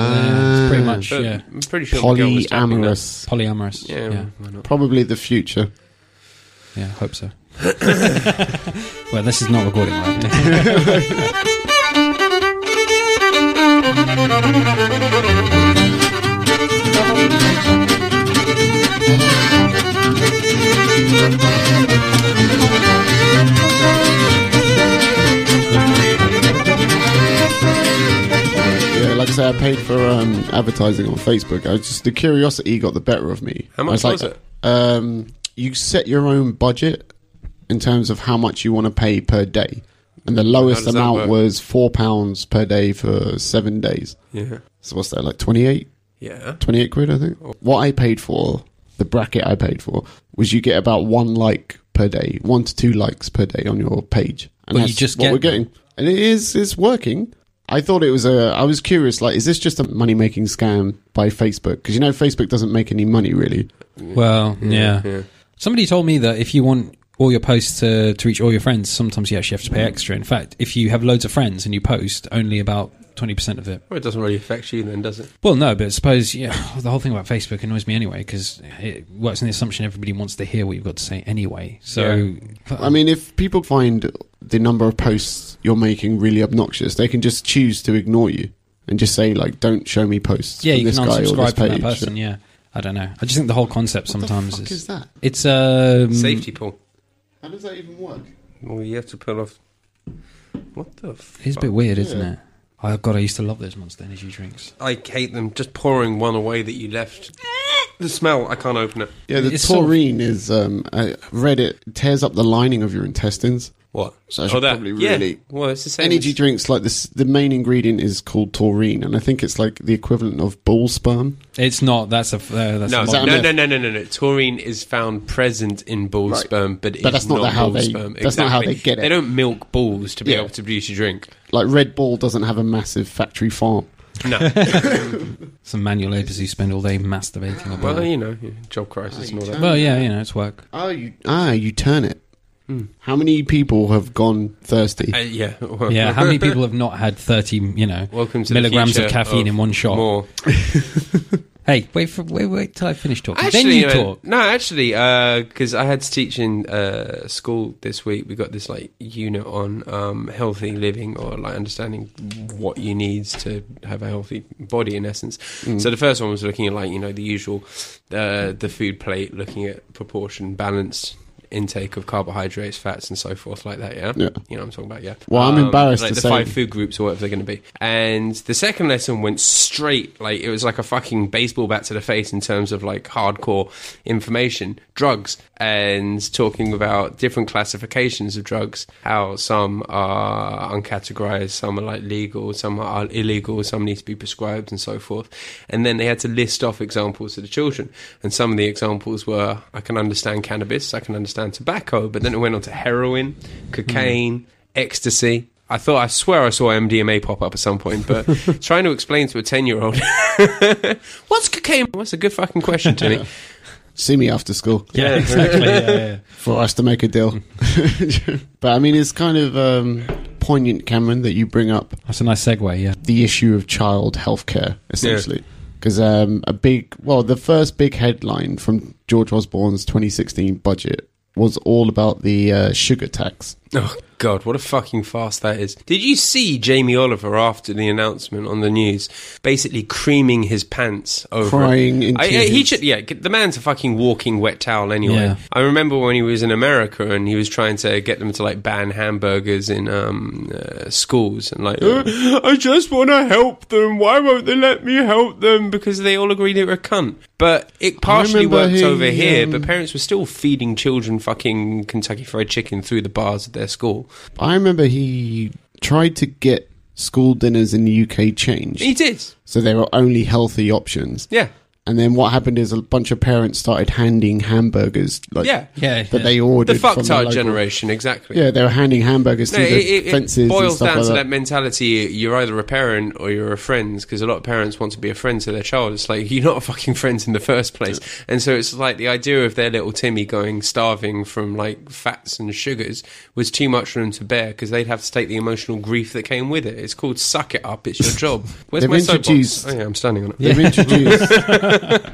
Ah. it's pretty much But yeah, I'm pretty sure Miguel was dabbing that. Polyamorous. polyamorous. Yeah, yeah, why not? Probably the future. yeah, hope so. well, this is not recording right. Yeah, like I said, I paid for um, advertising on Facebook. I was just the curiosity got the better of me. How much I like, was it? Um, you set your own budget in terms of how much you want to pay per day, and the lowest does that amount work? was four pounds per day for seven days. Yeah. So what's that like 28, Yeah. 28 quid? I think. What I paid for the bracket I paid for was you get about one like per day, one to two likes per day on your page, But and you that's just what get we're them. getting, and it is it's working. I thought it was a. I was curious, like, is this just a money making scam by Facebook? Because you know, Facebook doesn't make any money really. now. well, yeah. Yeah. Somebody told me that if you want all your posts to, to reach all your friends, sometimes you actually have to pay extra. In fact, if you have loads of friends and you post, only about 20% of it. Well, it doesn't really affect you then, does it? Well, no, but suppose yeah, the whole thing about Facebook annoys me anyway because it works on the assumption everybody wants to hear what you've got to say anyway. So, I mean, if people find the number of posts you're making really obnoxious, they can just choose to ignore you and just say like, "Don't show me posts." yeah, from you can this guy or unsubscribe this from that page. person. Yeah, I don't know. I just think the whole concept What the sometimes fuck is that? it's Mm. um, Safety pull. How does that even work? Well, you have to pull off. What the fuck? It's a bit weird, isn't Yeah. it? Oh God, I used to love those Monster Energy drinks. I hate them. Just pouring one away that you left. The smell. I can't open it. Yeah, the It's sort of- taurine is. Um, I read it tears up the lining of your intestines. What? Oh, So I should probably really- Yeah. Well, it's the same. Energy as- drinks like this. The main ingredient is called taurine, and I think it's like the equivalent of bull sperm. It's not. That's a uh, that's No, a that no, a no, myth? no, no, no, no, no. Taurine is found present in bull Right. sperm, but, it's But that's not not how bull they- sperm. that's not how Exactly. they get it. They don't milk bulls to be Yeah. able to produce a drink. Like Red Bull doesn't have a massive factory farm. No. some manual labours who spend all day masturbating about. well, you know, job crisis and all that. Well, yeah, you know, it's work. Oh, you ah, you turn it. How many people have gone thirsty? Uh, yeah. Well, Yeah, how many people have not had 30, you know, Welcome to the milligrams of future caffeine of in one shot? More. Hey, wait for wait wait till I finish talking. Actually, then you uh, talk. No, actually, because I had to teach in uh, school this week. We got this like unit on um, healthy living or like understanding what you need to have a healthy body in essence. Mm. So the first one was looking at like you know the usual uh, the food plate, looking at proportion, balanced intake of carbohydrates, fats, and so forth like that. Yeah, Yeah. you know what I'm talking about. Yeah. Well, I'm embarrassed Um, to like the say- five food groups or whatever they're going to be. And the second lesson went straight, like it was like a fucking baseball bat to the face in terms of like hardcore information, drugs, and talking about different classifications of drugs, how some are uncategorized, some are like legal, some are illegal, some need to be prescribed, and so forth. And then they had to list off examples to the children. And some of the examples were I can understand cannabis, I can understand tobacco, but then it went on to heroin, Hmm. cocaine. Ecstasy, I thought, I swear I saw MDMA pop up at some point, but trying to explain to a 10 year old, what's cocaine? What's a good fucking question, Timmy? See me after school. Yeah, exactly. yeah, yeah. for us to make a deal. but I mean, it's kind of um, poignant, Cameron, that you bring up That's a nice segue. Yeah, the issue of child healthcare, essentially. Because um, a big, well, the first big headline from George Osborne's 2016 budget was all about the uh, sugar tax. oh, God, what a fucking farce that is. Did you see Jamie Oliver after the announcement on the news basically creaming his pants over. Crying into I, I- he his- should, yeah, the man's a fucking walking wet towel anyway. Yeah. I remember when he was in America and he was trying to get them to like ban hamburgers in um, uh, schools and like, "Uh, I just want to help them. Why won't they let me help them? Because they all agreed they were a cunt. But it partially remember worked he, over here. um, But parents were still feeding children fucking Kentucky Fried Chicken through the bars at their school. I remember he tried to get school dinners in the UK changed. He did, so there were only healthy options. yeah. And then what happened is a bunch of parents started handing hamburgers, like Yeah. Yeah, that yeah. they ordered The from the fucktard local- generation, exactly. Yeah, they were handing hamburgers No, through it, the it, fences it boils and stuff down like to that. that mentality. You're either a parent or you're a friend, because a lot of parents want to be a friend to their child. It's like you're not a fucking friend in the first place, and so it's like the idea of their little Timmy going starving from like fats and sugars was too much for them to bear because they'd have to take the emotional grief that came with it. It's called suck it up. It's your job. Where's They've my soapbox? introduced- Oh yeah, I'm standing on it. They've introduced.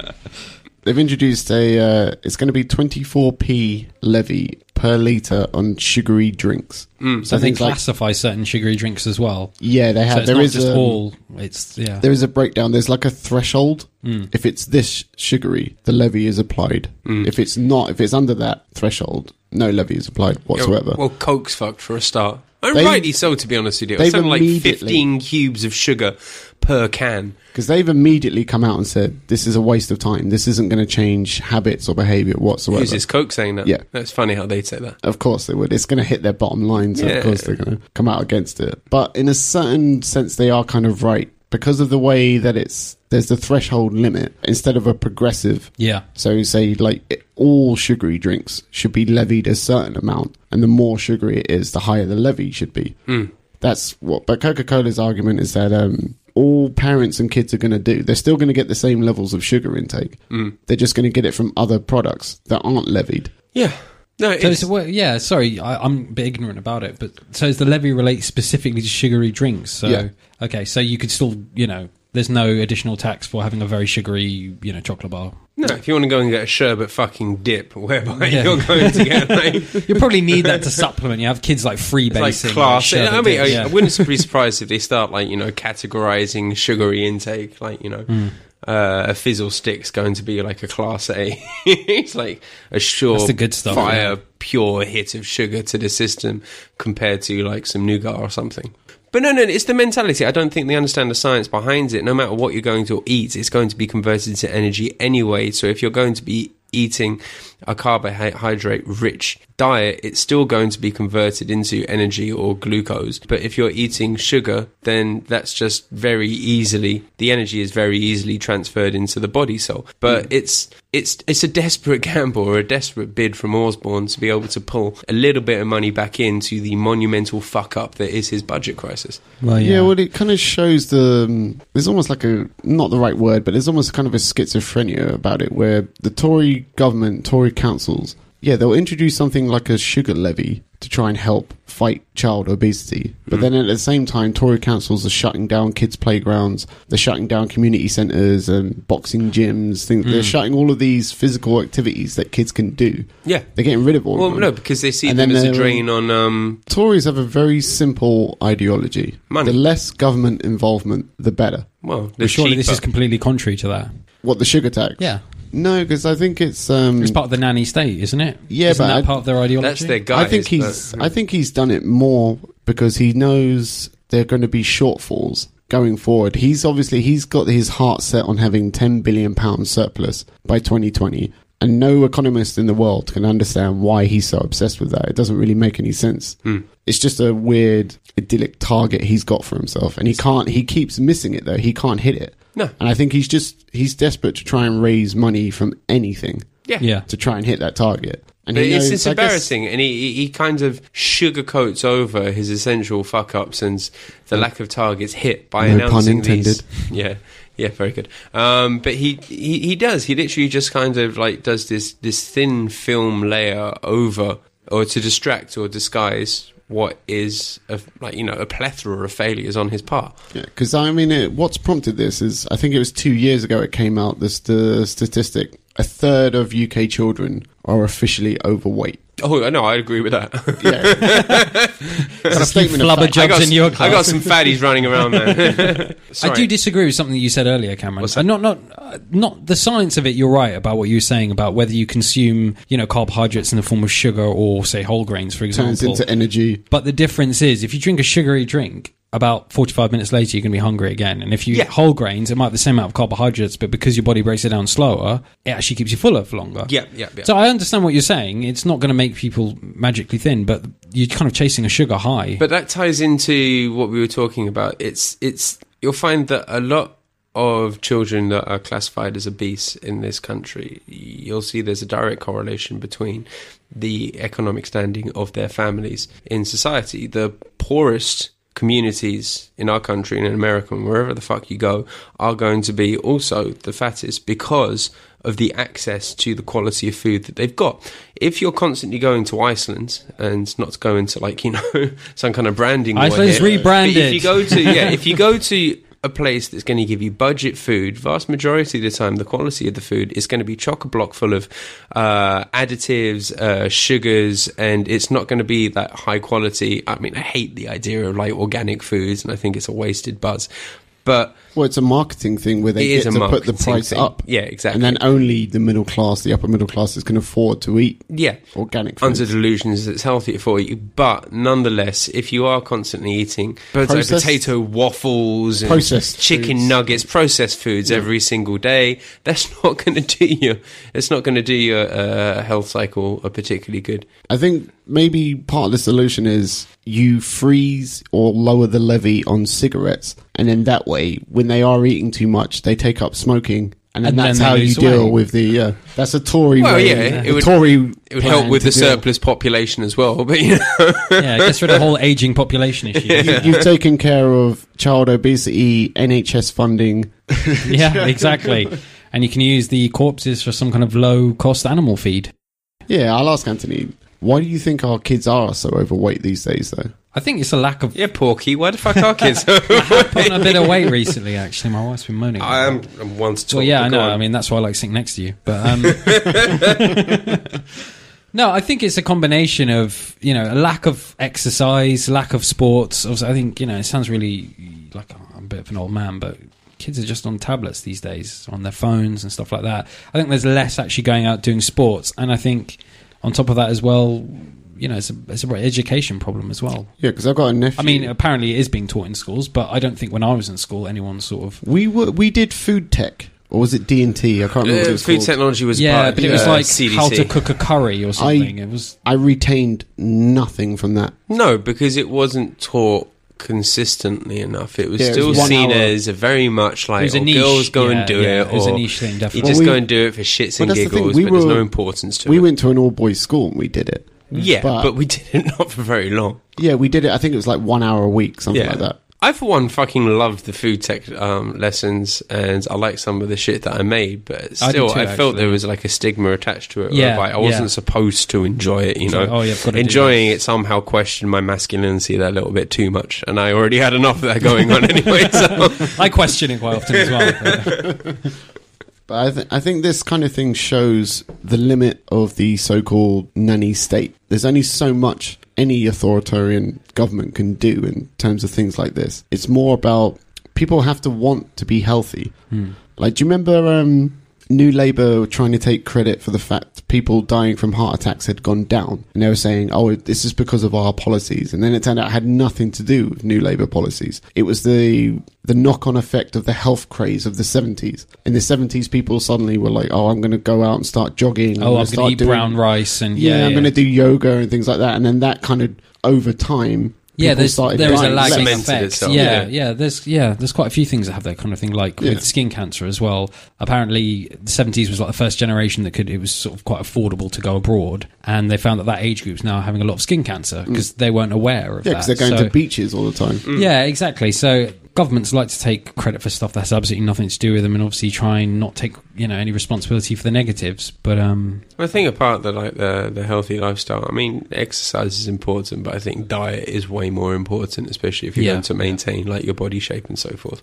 they've introduced a. Uh, it's going to be 24p levy per liter on sugary drinks. Mm, So they classify certain sugary drinks as well. yeah, they So have. it's there not is just a, all. It's yeah. there is a breakdown. There's like a threshold. Mm. If it's this sugary, the levy is applied. If it's not, if it's under that threshold, no levy is Oh, applied Yeah, whatsoever. Well, Coke's fucked for a start. And They've- rightly so, to be honest with you. It was they've something like immediately- 15 cubes of sugar per can. Because they've immediately come out and said, this is a waste of time. This isn't going to change habits or behavior whatsoever. Who's this Coke saying that? Yeah. That's funny how they'd say that. Of course they would. It's going to hit their bottom line, so Yeah. of course they're going to come out against it. But in a certain sense, they are kind of right because of the way that it's there's the threshold limit instead of a progressive. yeah. So say like it, all sugary drinks should be levied a certain amount, and the more sugary it is, the higher the levy should be. Hmm. That's what. But Coca Cola's argument is that um, all parents and kids are going to do. They're still going to get the same levels of sugar intake. They're just going to get it from other products that aren't levied. Yeah. No, So it's- it's, well, yeah, sorry, I, I'm a bit ignorant about it, but so is the levy relates specifically to sugary drinks? So Yeah. okay, so you could still, you know, there's no additional tax for having a very sugary, you know, chocolate bar. no, if you want to go and get a sherbet fucking dip, whereby Yeah. you're going to get like, it's You probably need that to supplement. You have kids like free like basing, class. sherbet I mean, I, dips. I yeah. wouldn't be surprised if they start like you know categorizing sugary intake, like you know. Hmm. Uh, a fizzle stick's going to be like a class A. it's like a sure That's the good stuff, fire yeah. pure hit of sugar to the system compared to like some nougat or something. But no, no, it's the mentality. I don't think they understand the science behind it. No matter what you're going to eat, it's going to be converted to energy anyway. So if you're going to be eating a carbohydrate rich diet, it's still going to be converted into energy or glucose. But if you're eating sugar, then that's just very easily the energy is very easily transferred into the body cell. But it's it's it's a desperate gamble or a desperate bid from Osborne to be able to pull a little bit of money back into the monumental fuck up that is his budget crisis. well, Yeah, yeah, well, it kind of shows the. Um, there's almost like a not the right word, but there's almost kind of a schizophrenia about it, where the Tory government, Tory councils, yeah, they'll introduce something like a sugar levy to try and help fight child obesity, Hmm. but then at the same time, Tory councils are shutting down kids' playgrounds, they're shutting down community centres and boxing gyms, things. Hmm. They're shutting all of these physical activities that kids can do. Yeah. They're getting rid of all Well, of them. no, because they see And them then as a they're- drain on um, Tories have a very simple ideology. Money. The less government involvement, the better. well, the But surely this cheaper. is completely contrary to that. What the sugar tax? Yeah, No, because I think it's. Um, it's part of the nanny state, isn't it? Yeah, isn't but that I- part of their ideology. that's their guy. I think he's. I think he's done it more because he knows there are going to be shortfalls going forward. He's obviously he's got his heart set on having ten billion pound surplus by 2020, and no economist in the world can understand why he's so obsessed with that. It doesn't really make any sense. It's just a weird idyllic target he's got for himself, and he can't. He keeps missing it though. He can't hit it. No. and I think he's just he's desperate to try and raise money from anything yeah. yeah, to try and hit that target. And But he it's, knows- it's I guess- embarrassing, and he, he- he kind of sugarcoats over his essential fuck ups and the lack of targets hit by No announcing pun these. Yeah, yeah, very good. Um, but he, he he does. He literally just kind of like does this this thin film layer over, or to distract or disguise what is a, like you know a plethora of failures on his part. because I mean, it, what's prompted this is I think it was two years ago it came out this the statistic a third of UK children are officially overweight. Oh no, I agree with that. Yeah, it's a statement of flubber fact. jo- I got Jobs s- in your I got class. some fatties running around there. I Sorry. do disagree with something that you said earlier, Cameron. What's that? And not not uh, not the science of it. You're right about what you were saying about whether you consume you know carbohydrates in the form of sugar or say whole grains, for turns example. into energy. but the difference is if you drink a sugary drink. About 45 minutes later, you're going to be hungry again. And if you Yeah. eat whole grains, it might have the same amount of carbohydrates, but because your body breaks it down slower, it actually keeps you fuller for longer. Yeah, yeah, yeah. So I understand what you're saying. It's not going to make people magically thin, but you're kind of chasing a sugar high. But that ties into what we were talking about. It's it's you'll find that a lot of children that are classified as obese in this country, you'll see there's a direct correlation between the economic standing of their families in society. The poorest communities in our country and in America and wherever the fuck you go are going to be also the fattest because of the access to the quality of food that they've got. If you're constantly going to Iceland and not to go into like, you know, some kind of branding. war Iceland's here, rebranded. but If you go to yeah, if you go to a place that's going to give you budget food, vast majority of the time, the quality of the food is going to be chock a block full of uh, additives, uh, sugars, and it's not going to be that high quality. I mean, I hate the idea of like organic foods, and I think it's a wasted buzz. But Well, it's a marketing thing where they It get is a to put the marketing price thing. up. Yeah, And exactly. then only the middle class, the upper middle classes, can afford to eat yeah, organic food. under delusions it's healthier for you. But nonetheless, if you are constantly eating potato, Processed- potato waffles and Processed chicken foods. nuggets, processed foods every single day, that's not going to do you. It's not going to do your uh, health cycle a particularly good. I think maybe part of the solution is you freeze or lower the levy on cigarettes, and then that way, when they are eating too much, they take up smoking, and then And then that's they how you lose deal weight. with the. Uh, that's a Tory. Well, way, yeah, it a would- Tory. It would help with the surplus population as well. But you know, yeah, it gets rid of the whole aging population issue. yeah. You've taken care of child obesity, NHS funding. exactly. And you can use the corpses for some kind of low cost animal feed. Yeah, I'll ask Anthony. Why do you think our kids are so overweight these days, though? I think it's a lack of yeah, Porky, why the fuck are kids? putting a bit of weight recently. Actually, my wife's been moaning. I am I'm one to talk. Well, yeah, but I go know. on. I mean, that's why I like sitting next to you. But um, no, I think it's a combination of you know a lack of exercise, lack of sports. Also, I think you know it sounds really like I'm a bit of an old man, but kids are just on tablets these days, on their phones and stuff like that. I think there's less actually going out doing sports, and I think on top of that as well, you know, it's a it's a education problem as well. Yeah, because I've got a nephew. I mean, uh, apparently it is being taught in schools, but I don't think when I was in school anyone sort of we were we did food tech, or was it D and T? I can't remember. what it Uh, was food called. technology was yeah, part of but it was the, uh, like CDC. how to cook a curry or something. it was I retained nothing from that. No, because it wasn't taught consistently enough. It was Yeah, it still was one seen hour. as a very much it like was a oh, niche. girls go yeah, and do yeah, it, it was or a niche thing. you Definitely. just Well, go we- and do it for shits Well, that's and the thing, giggles, we but there's were- no importance to We it. went to an all boys school and we did it. Mm. yeah, but- but, we did it not for very long. Yeah, we did it. I think it was like one hour a week, something Yeah. like that. I, for one, fucking loved the food tech um, lessons, and I like some of the shit that I made, but I do still, too, I, felt actually. there was like a stigma attached to it. Yeah, Yeah, I wasn't yeah. supposed to enjoy it, you It's know. like, oh, yeah, I've got to do Enjoying this. it somehow questioned my masculinity that little bit too much, and I already had enough of that going on anyway. So I question it quite often as well. but- "Oh, But I, th- I think this kind of thing shows the limit of the so called nanny state. There's only so much any authoritarian government can do in terms of things like this. It's more about people have to want to be healthy. Hmm. Like, do you remember um, New Labour were trying to take credit for the fact people dying from heart attacks had gone down? And they were saying, oh, this is because of our policies. And then it turned out it had nothing to do with New Labour policies. It was the, the knock on effect of the health craze of the 70s. In the 70s, people suddenly were like, oh, I'm going to go out and start jogging. oh, gonna I'm going start to eat brown rice and Yeah, yeah, I'm yeah. going to do yoga and things like that. And then that kind of over time. Yeah, people there's, started there is a dying lagging Cemented less. effect. itself, yeah, yeah, yeah. There's yeah, there's quite a few things that have that kind of thing, like Yeah. with skin cancer as well. Apparently, the 70s was like the first generation that could. It was sort of quite affordable to go abroad, and they found that that age group's now having a lot of skin cancer because they weren't aware of Mm. Yeah, that. because they're going So- to beaches all the time. Yeah, exactly. So governments like to take credit for stuff that has absolutely nothing to do with them, and obviously try and not take you know any responsibility for the negatives. But um, I think apart the like the the healthy lifestyle. I mean, exercise is important, but I think diet is way more important, especially if you're Yeah. going to maintain like your body shape and so forth.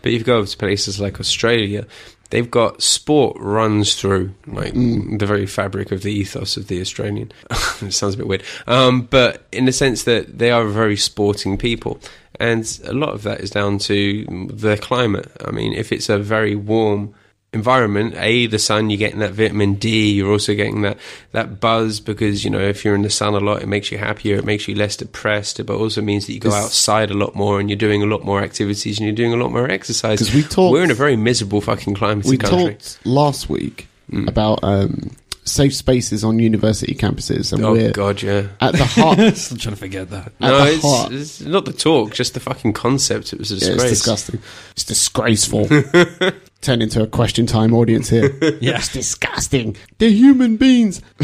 But if you go to places like Australia, they've got sport runs through like the very fabric of the ethos of the Australian. it sounds a bit weird, um, but in the sense that they are a very sporting people. And a lot of that is down to the climate. I mean, if it's a very warm environment a the sun you're getting that vitamin d you're also getting that that buzz because you know if you're in the sun a lot it makes you happier it makes you less depressed but also means that you go It's- outside a lot more and you're doing a lot more activities and you're doing a lot more exercise 'Cause we talked- are in a very miserable fucking climate we country talked last week about um, safe spaces on university campuses, and Oh we're god, yeah. at the heart. at Still trying to forget that. No, the it's, heart. it's not the talk, just the fucking concept. It was a Yeah, disgrace. it's disgusting. It's disgraceful. Turn into a question time audience here. Yeah. It's disgusting. They're human beings.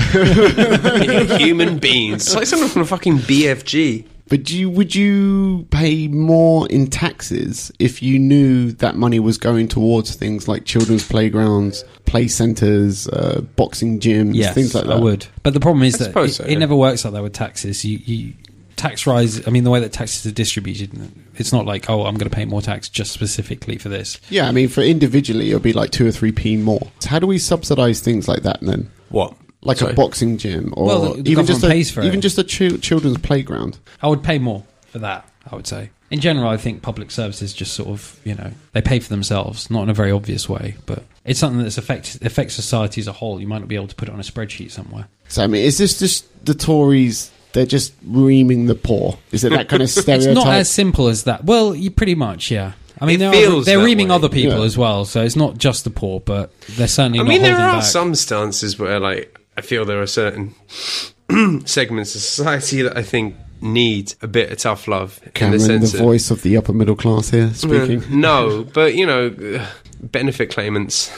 Human beings. It's like someone from fucking BFG. But do you, would you pay more in taxes if you knew that money was going towards things like children's playgrounds, play centres, uh, boxing gyms, Yes, things like that? I would. But the problem is that it, suppose so, it yeah. never works like that with taxes. You, you tax rise. I mean, the way that taxes are distributed, it's not like oh, I'm going to pay more tax just specifically for this. Yeah, I mean, for individually, it would be like two or three p more. So how do we subsidise things like that then? What? Like Sorry. a boxing gym, or Well, the- the even just government a, pays for it. even just a chil- children's playground. I would pay more for that. I would say. In general, I think public services just sort of, you know, they pay for themselves, not in a very obvious way, but it's something that's affects affects society as a whole. You might not be able to put it on a spreadsheet somewhere. So I mean, is this just the Tories? They're just reaming the poor. Is it that kind of It's stereotype? not as simple as that. Well, you pretty much, yeah. I mean, It they're, feels they're that reaming way. other people Yeah. as well, so it's not just the poor, but they're certainly I not mean, there holding are back. some stances where, like, I feel there are certain segments of society that I think need a bit of tough love in Cameron, the the, sense that- voice of the upper middle class here speaking. No, but you know, ugh, benefit claimants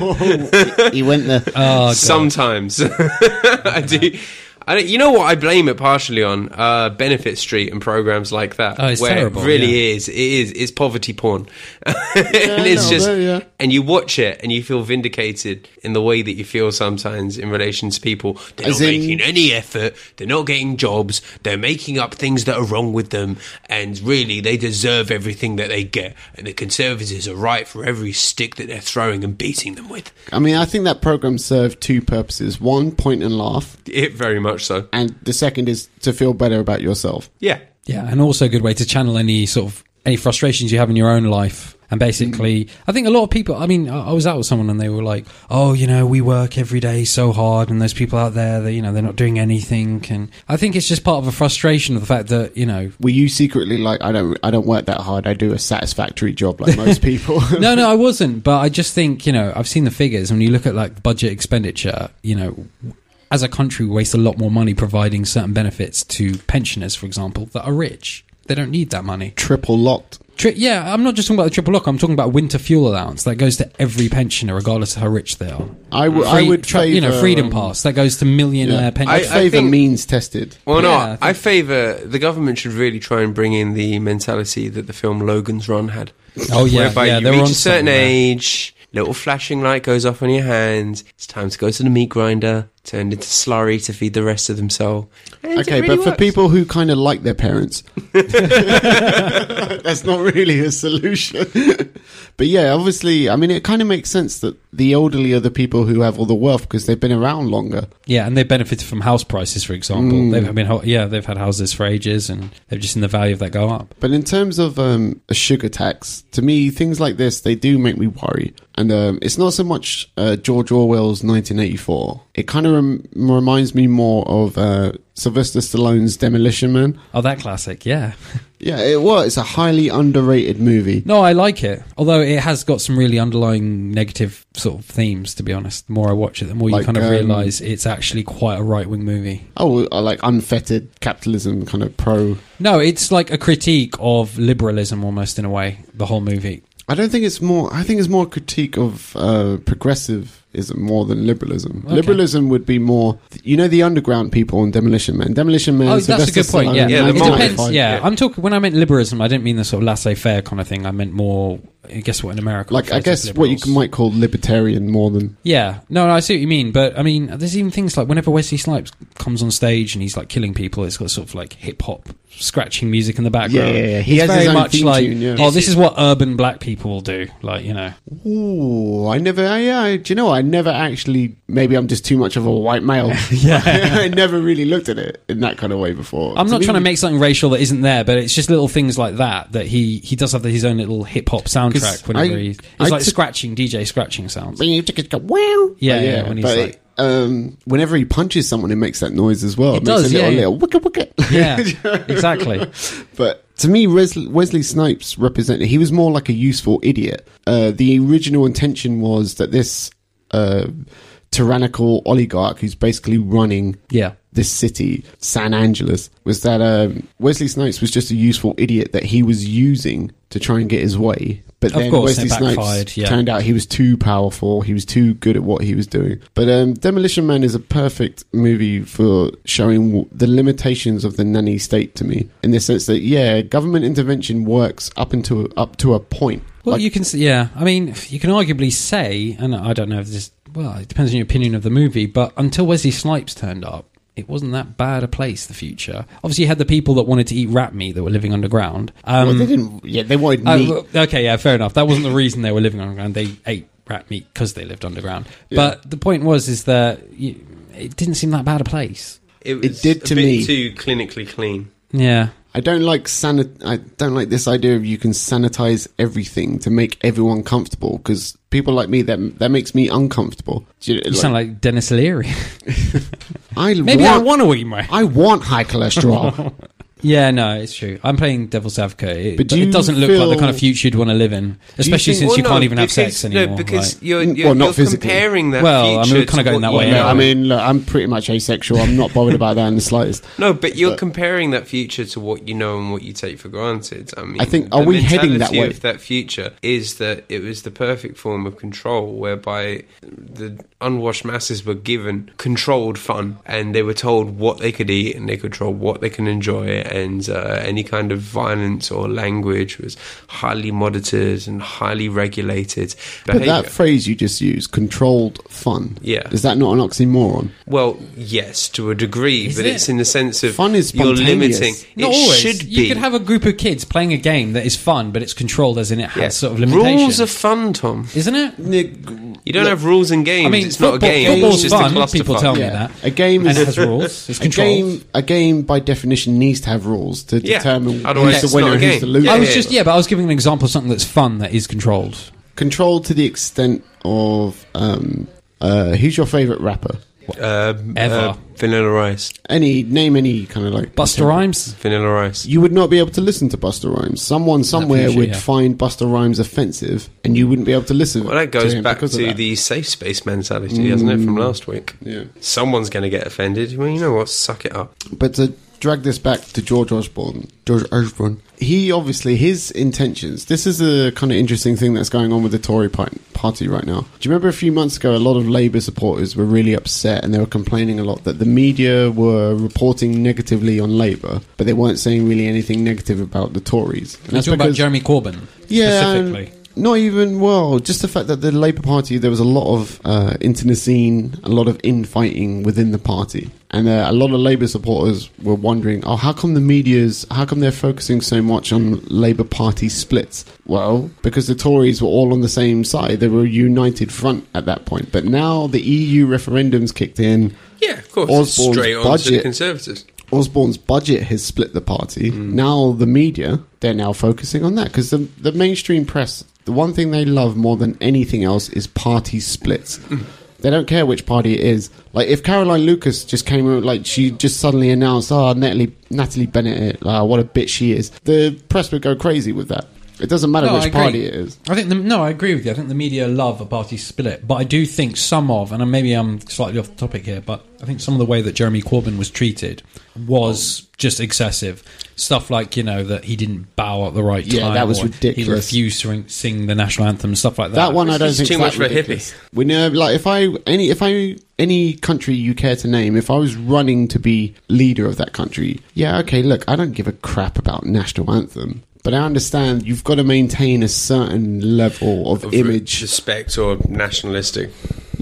he went there. Oh, God. sometimes. I do. I don't, you know what I blame it partially on uh, Benefit Street and programs like that, Oh, it's where terrible, it really yeah. is. It is. It's poverty porn, and it's no, just. there, yeah. And you watch it, and you feel vindicated in the way that you feel sometimes in relation to people. They're As not in- making any effort. They're not getting jobs. They're making up things that are wrong with them, and really, they deserve everything that they get. And the Conservatives are right for every stick that they're throwing and beating them with. I mean, I think that program served two purposes: one, point and laugh, It very much so. and the second is to feel better about yourself. Yeah. Yeah, and also a good way to channel any sort of any frustrations you have in your own life. And basically, I think a lot of people. I mean, I I was out with someone and they were like, "Oh, you know, we work every day so hard, and those people out there, that you know, they're not doing anything." And I think it's just part of a frustration of the fact that you know. Were you secretly like, I don't, I don't work that hard. I do a satisfactory job like most people. No, no, I wasn't. But I just think you know, I've seen the figures. When you look at like budget expenditure, you know, as a country, we waste a lot more money providing certain benefits to pensioners, for example, that are rich. They don't need that money. Triple locked. Tri- yeah, I'm not just talking about the triple lock. I'm talking about winter fuel allowance that goes to every pensioner, regardless of how rich they are. I would, I Free- would, tra- you know, favour, freedom uh, um, pass that goes to millionaire Yeah. I- I'd pensioners. I favour think- means tested. Well, no, Yeah, I I, think- favour the government should really try and bring in the mentality that the film Logan's Run had. Oh, yeah, whereby yeah, you they're reach on a certain something there. age, little flashing light goes off on your hand. It's time to go to the meat grinder, turned into slurry to feed the rest of themselves. And it Okay, really but for works. people who kind of like their parents, that's not really a solution. but yeah, obviously, I mean, it kind of makes sense that the elderly are the people who have all the wealth because they've been around longer. yeah, and they benefited from house prices, for example. Mm. They've been, ho- yeah, they've had houses for ages, and they've just seen the value of that go up. But in terms of um, a sugar tax, to me, things like this they do make me worry. And um, it's not so much uh, George Orwell's 1984. It kind of rem- reminds me more of uh, Sylvester Stallone's Demolition Man. Oh, that classic, yeah. Yeah, it was. It's a highly underrated movie. No, I like it. Although it has got some really underlying negative sort of themes. To be honest, the more I watch it, the more you Like, kind of um, realise it's actually quite a right wing movie. Oh, I like unfettered capitalism, kind of pro. No, it's like a critique of liberalism almost in a way. The whole movie. I don't think it's more. I think it's more a critique of uh, progressivism more than liberalism. Okay. Liberalism would be more, you know, the underground people and Demolition Man. Demolition Man. Oh, that's a Sylvester good point. Yeah, Stallone, Yeah, the it Marvel depends. fight. Yeah. Yeah. I'm talking when I meant liberalism, I didn't mean the sort of laissez-faire kind of thing. I meant more, I guess, what in America, like I refers as guess what you liberals. might call libertarian more than Yeah, no, no, I see what you mean, but I mean, there's even things like whenever Wesley Snipes comes on stage and he's like killing people, it's got sort of like hip hop scratching music in the background. Yeah, yeah, yeah. He It's has his very own much theme like, tune, yeah. oh, this is what urban black people will do, like you know. ooh I never I, I do you know I never actually maybe I'm just too much of a white male Yeah. I never really looked at it in that kind of way before I'm not me- trying to make something racial that isn't there, but it's just little things like that that he he does have his own little hip hop 'Cause soundtrack. Whenever I- he's it's I like took- scratching DJ scratching sounds. yeah, yeah, Yeah, yeah, when he's but like- um, whenever he punches someone, it makes that noise as well. It It, makes does, a little, yeah, yeah. little wicka wicka. Yeah, exactly. But to me, Res- Wesley Snipes represented, he was more like a useful idiot. Uh, the original intention was that this uh, tyrannical oligarch who's basically running Yeah. this city, San Angeles, was that um, Wesley Snipes was just a useful idiot that he was using to try and get his way. But Of then course, Wesley it Snipes backfired, yeah. turned out he was too powerful. He was too good at what he was doing. But um, Demolition Man is a perfect movie for showing w- the limitations of the nanny state to me, in the sense that yeah, government intervention works up into up to a point. Well, Like- you can. s- Yeah, I mean, you can arguably say, and I don't know if this. Well, it depends on your opinion of the movie, but until Wesley Snipes turned up, it wasn't that bad a place. The future, obviously, you had the people that wanted to eat rat meat that were living underground. Um, well, they didn't. Yeah, they wanted Oh, meat. well, okay, yeah, fair enough. That wasn't the reason they were living underground. They ate rat meat because they lived underground. But the point was, is that you, it didn't seem that bad a place. It, was did to a bit me. too clinically clean. Yeah, I don't like sanit- I don't like this idea of you can sanitize everything to make everyone comfortable because people like me that that makes me uncomfortable. Do you- you sound like Dennis Leary. I Maybe I want, want to eat my. I want high cholesterol. Yeah, no, it's true. I'm playing devil's advocate. It, But do it you doesn't look feel- like the kind of future you'd want to live in, especially think- since Well, you no, can't even have because- sex anymore. No, because like- you're, you're, Well, not you're physically. comparing that Well, I mean, future we're kinda to going what that way you No, now. know. I mean, look, I'm pretty much asexual. I'm not bothered about that in the slightest. No, but you're But- comparing that future to what you know and what you take for granted. I mean, I think- the are we heading that mentality way? Of that future is that it was the perfect form of control, whereby the unwashed masses were given controlled fun, and they were told what they could eat and they could control what they can enjoy, and uh, any kind of violence or language was highly monitored and highly regulated. But behavior. that phrase you just used, controlled fun, Yeah. is that not an oxymoron? Well, yes, to a degree, Is but it? it's in the sense of Fun is you're spontaneous. limiting. Not it always. should be. You could have a group of kids playing a game that is fun, but it's controlled as in it has Yeah. sort of limitations. Rules are fun, Tom. Isn't it? You don't have rules in games. I mean, it's not a football- game. It's football's just fun, a clusterfuck. people tell me. Yeah. that. A game And is it has rules. It's a controlled. game. A game by definition needs to have rules to Yeah. determine Otherwise who's it's the winner not a and who's game. the loser. Yeah, I was yeah, just yeah. yeah, but I was giving an example of something that's fun that is controlled. controlled to the extent of um, uh, who's your favorite rapper? Um, Ever. uh, vanilla Rice. Any name, any kind of like Buster Rhymes. Vanilla Rice. You would not be able to listen to Buster Rhymes. Someone somewhere future, would yeah. find Buster Rhymes offensive, and you wouldn't be able to listen. Well, that goes him back to because of that. the safe space mentality, doesn't it, Mm. from last week? Yeah. Someone's going to get offended. Well, you know what? Suck it up. But to drag this back to George Osborne, George Osborne, he obviously his intentions. This is a kind of interesting thing that's going on with the Tory par- party right now. Do you remember a few months ago, a lot of Labour supporters were really upset and they were complaining a lot that the media were reporting negatively on Labour, but they weren't saying really anything negative about the Tories. And That's about Jeremy Corbyn and specifically. Not even well, just the fact that the Labour Party there was a lot of uh, internecine, a lot of infighting within the party, and uh, a lot of Labour supporters were wondering, oh, how come the media's, how come they're focusing so much on Labour Party splits? Well, because the Tories were all on the same side; they were a united front at that point. But now the EU referendums kicked in. Yeah, of course. Osborne's straight on to the budget. Conservatives. Osborne's budget has split the party. Mm. Now the media, they're now focusing on that because the, the mainstream press, the one thing they love more than anything else is party splits. Mm. They don't care which party it is. Like if Caroline Lucas just came out, like she just suddenly announced, "Ah, Natalie Natalie Bennett, ah, what a bitch she is," the press would go crazy with that. It doesn't matter No, I which agree. party it is. I think the, no, I agree with you. I think the media love a party split, but I do think some of, and maybe I'm slightly off the topic here, but I think some of the way that Jeremy Corbyn was treated was just excessive. Stuff like you know that he didn't bow at the right Yeah, time. that was or He ridiculous. refused to ring, sing the national anthem, stuff like that. That one I don't It's think too is that much for a hippie. ridiculous. We know, like, if I any if I any country you care to name, if I was running to be leader of that country, yeah, okay, look, I don't give a crap about national anthem, but I understand you've got to maintain a certain level of Of image, Respect or nationalistic.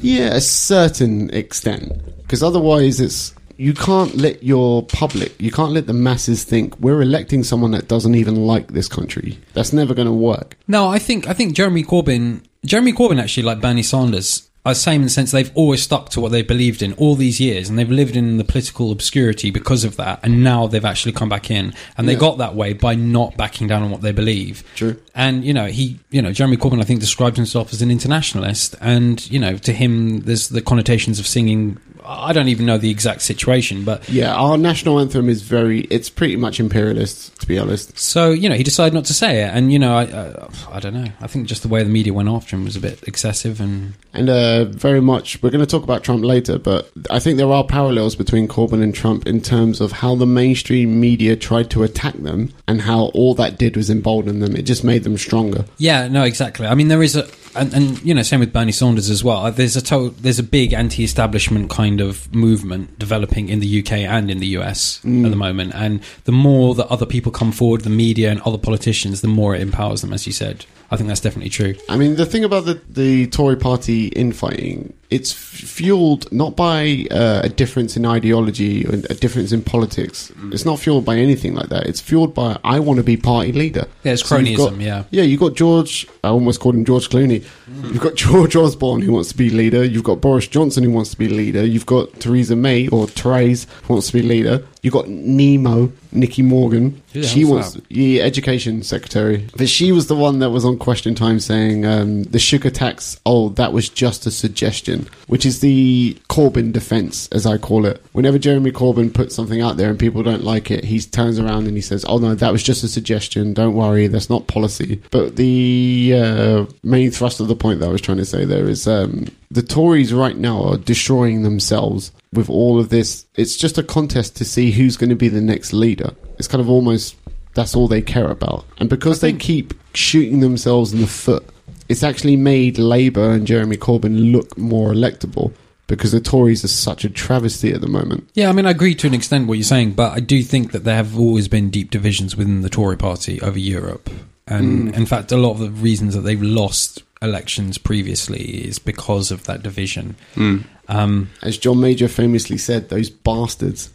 yeah, a certain extent, because otherwise it's. You can't let your public, you can't let the masses think we're electing someone that doesn't even like this country. That's never going to work. No, I think I think Jeremy Corbyn, Jeremy Corbyn actually like Bernie Sanders are same in the sense they've always stuck to what they believed in all these years, and they've lived in the political obscurity because of that, and now they've actually come back in, and they Yeah. got that way by not backing down on what they believe. True. And you know he, you know Jeremy Corbyn, I think described himself as an internationalist, and you know to him there's the connotations of singing I don't even know the exact situation, but Yeah, our national anthem is very. It's pretty much imperialist, to be honest. So you know, he decided not to say it, and you know, I uh, I don't know. I think just the way the media went after him was a bit excessive, and And uh, very much, we're going to talk about Trump later, but I think there are parallels between Corbyn and Trump in terms of how the mainstream media tried to attack them and how all that did was embolden them. It just made them stronger. yeah, no, exactly. I mean, there is a and, and you know, same with Bernie Sanders as well. Uh, There's a to- there's a big anti-establishment kind of movement developing in the UK and in the US Mm. at the moment, and the more that other people come forward, the media and other politicians, the more it empowers them, as you said. I think that's definitely true. I mean, the thing about the, the Tory party infighting, it's f- fueled not by uh, a difference in ideology or a difference in politics. It's not fueled by anything like that. It's fueled by, I want to be party leader. Yeah, it's So you've got- cronyism, yeah. Mm. Yeah, you've got George, I almost called him George Clooney. You've got George Osborne who wants to be leader. You've got Boris Johnson who wants to be leader. You've got Theresa May or Therese who wants to be leader. You've got Nemo, Nikki Morgan. Who the She hell's wants, that? yeah, education secretary. But she was the one that was on Question Time saying um, the sugar tax. Oh, that was just a suggestion, which is the Corbyn defense, as I call it. Whenever Jeremy Corbyn puts something out there and people don't like it, he turns around and he says, "Oh no, that was just a suggestion. Don't worry, that's not policy." But the uh, main thrust of the point that I was trying to say there is um, the Tories right now are destroying themselves with all of this. It's just a contest to see who's going to be the next leader. It's kind of almost that's all they care about. And because they keep shooting themselves in the foot, it's actually made Labour and Jeremy Corbyn look more electable because the Tories are such a travesty at the moment. Yeah, I mean, I agree to an extent what you're saying, but I do think that there have always been deep divisions within the Tory party over Europe. And Hmm. in fact, a lot of the reasons that they've lost elections previously is because of that division. Hmm. Um, As John Major famously said, those bastards.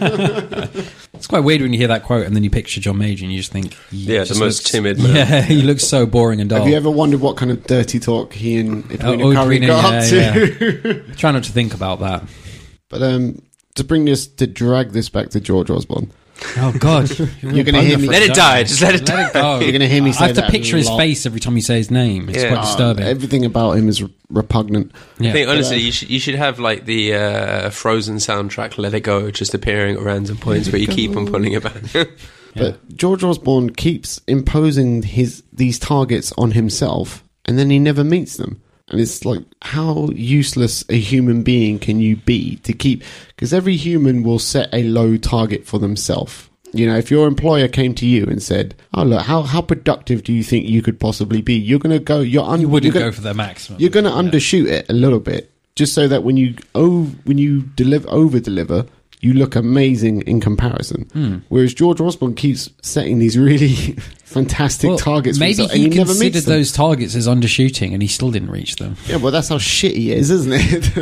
it's quite weird when you hear that quote and then you picture John Major and you just think, he Yeah, the just most looks- timid man. Yeah, he looks so boring and dull. Have you ever wondered what kind of dirty talk he and Edwina Oh, Curry Edwina, got yeah, up to? Try not to think about that. but um, to bring this, to drag this back to George Osborne, Oh God, You're gonna hear me- Let it die. Just let it die. go. You're gonna hear me say I have to that a picture his lot. Uh, face every time you say his name. It's Yeah. quite disturbing. everything about him is repugnant. yeah. I think honestly, you should you should have like the uh, Frozen soundtrack "Let It Go" just appearing at random points, but you keep on pulling it back. But George Osborne keeps imposing his these targets on himself, and then he never meets them. And it's like how useless a human being can you be to keep? Because every human will set a low target for themselves. You know, if your employer came to you and said, "Oh look, how how productive do you think you could possibly be?" You're gonna go. You're un- you wouldn't you're go gonna- for the maximum. You're going to Yeah. undershoot it a little bit, just so that when you oh when you deliver over deliver, you look amazing in comparison. Hmm. Whereas George Osborne keeps setting these really fantastic Well, targets. for Maybe himself, he and never considered meets them. those targets as undershooting, and he still didn't reach them. Yeah, well, that's how shitty he is, isn't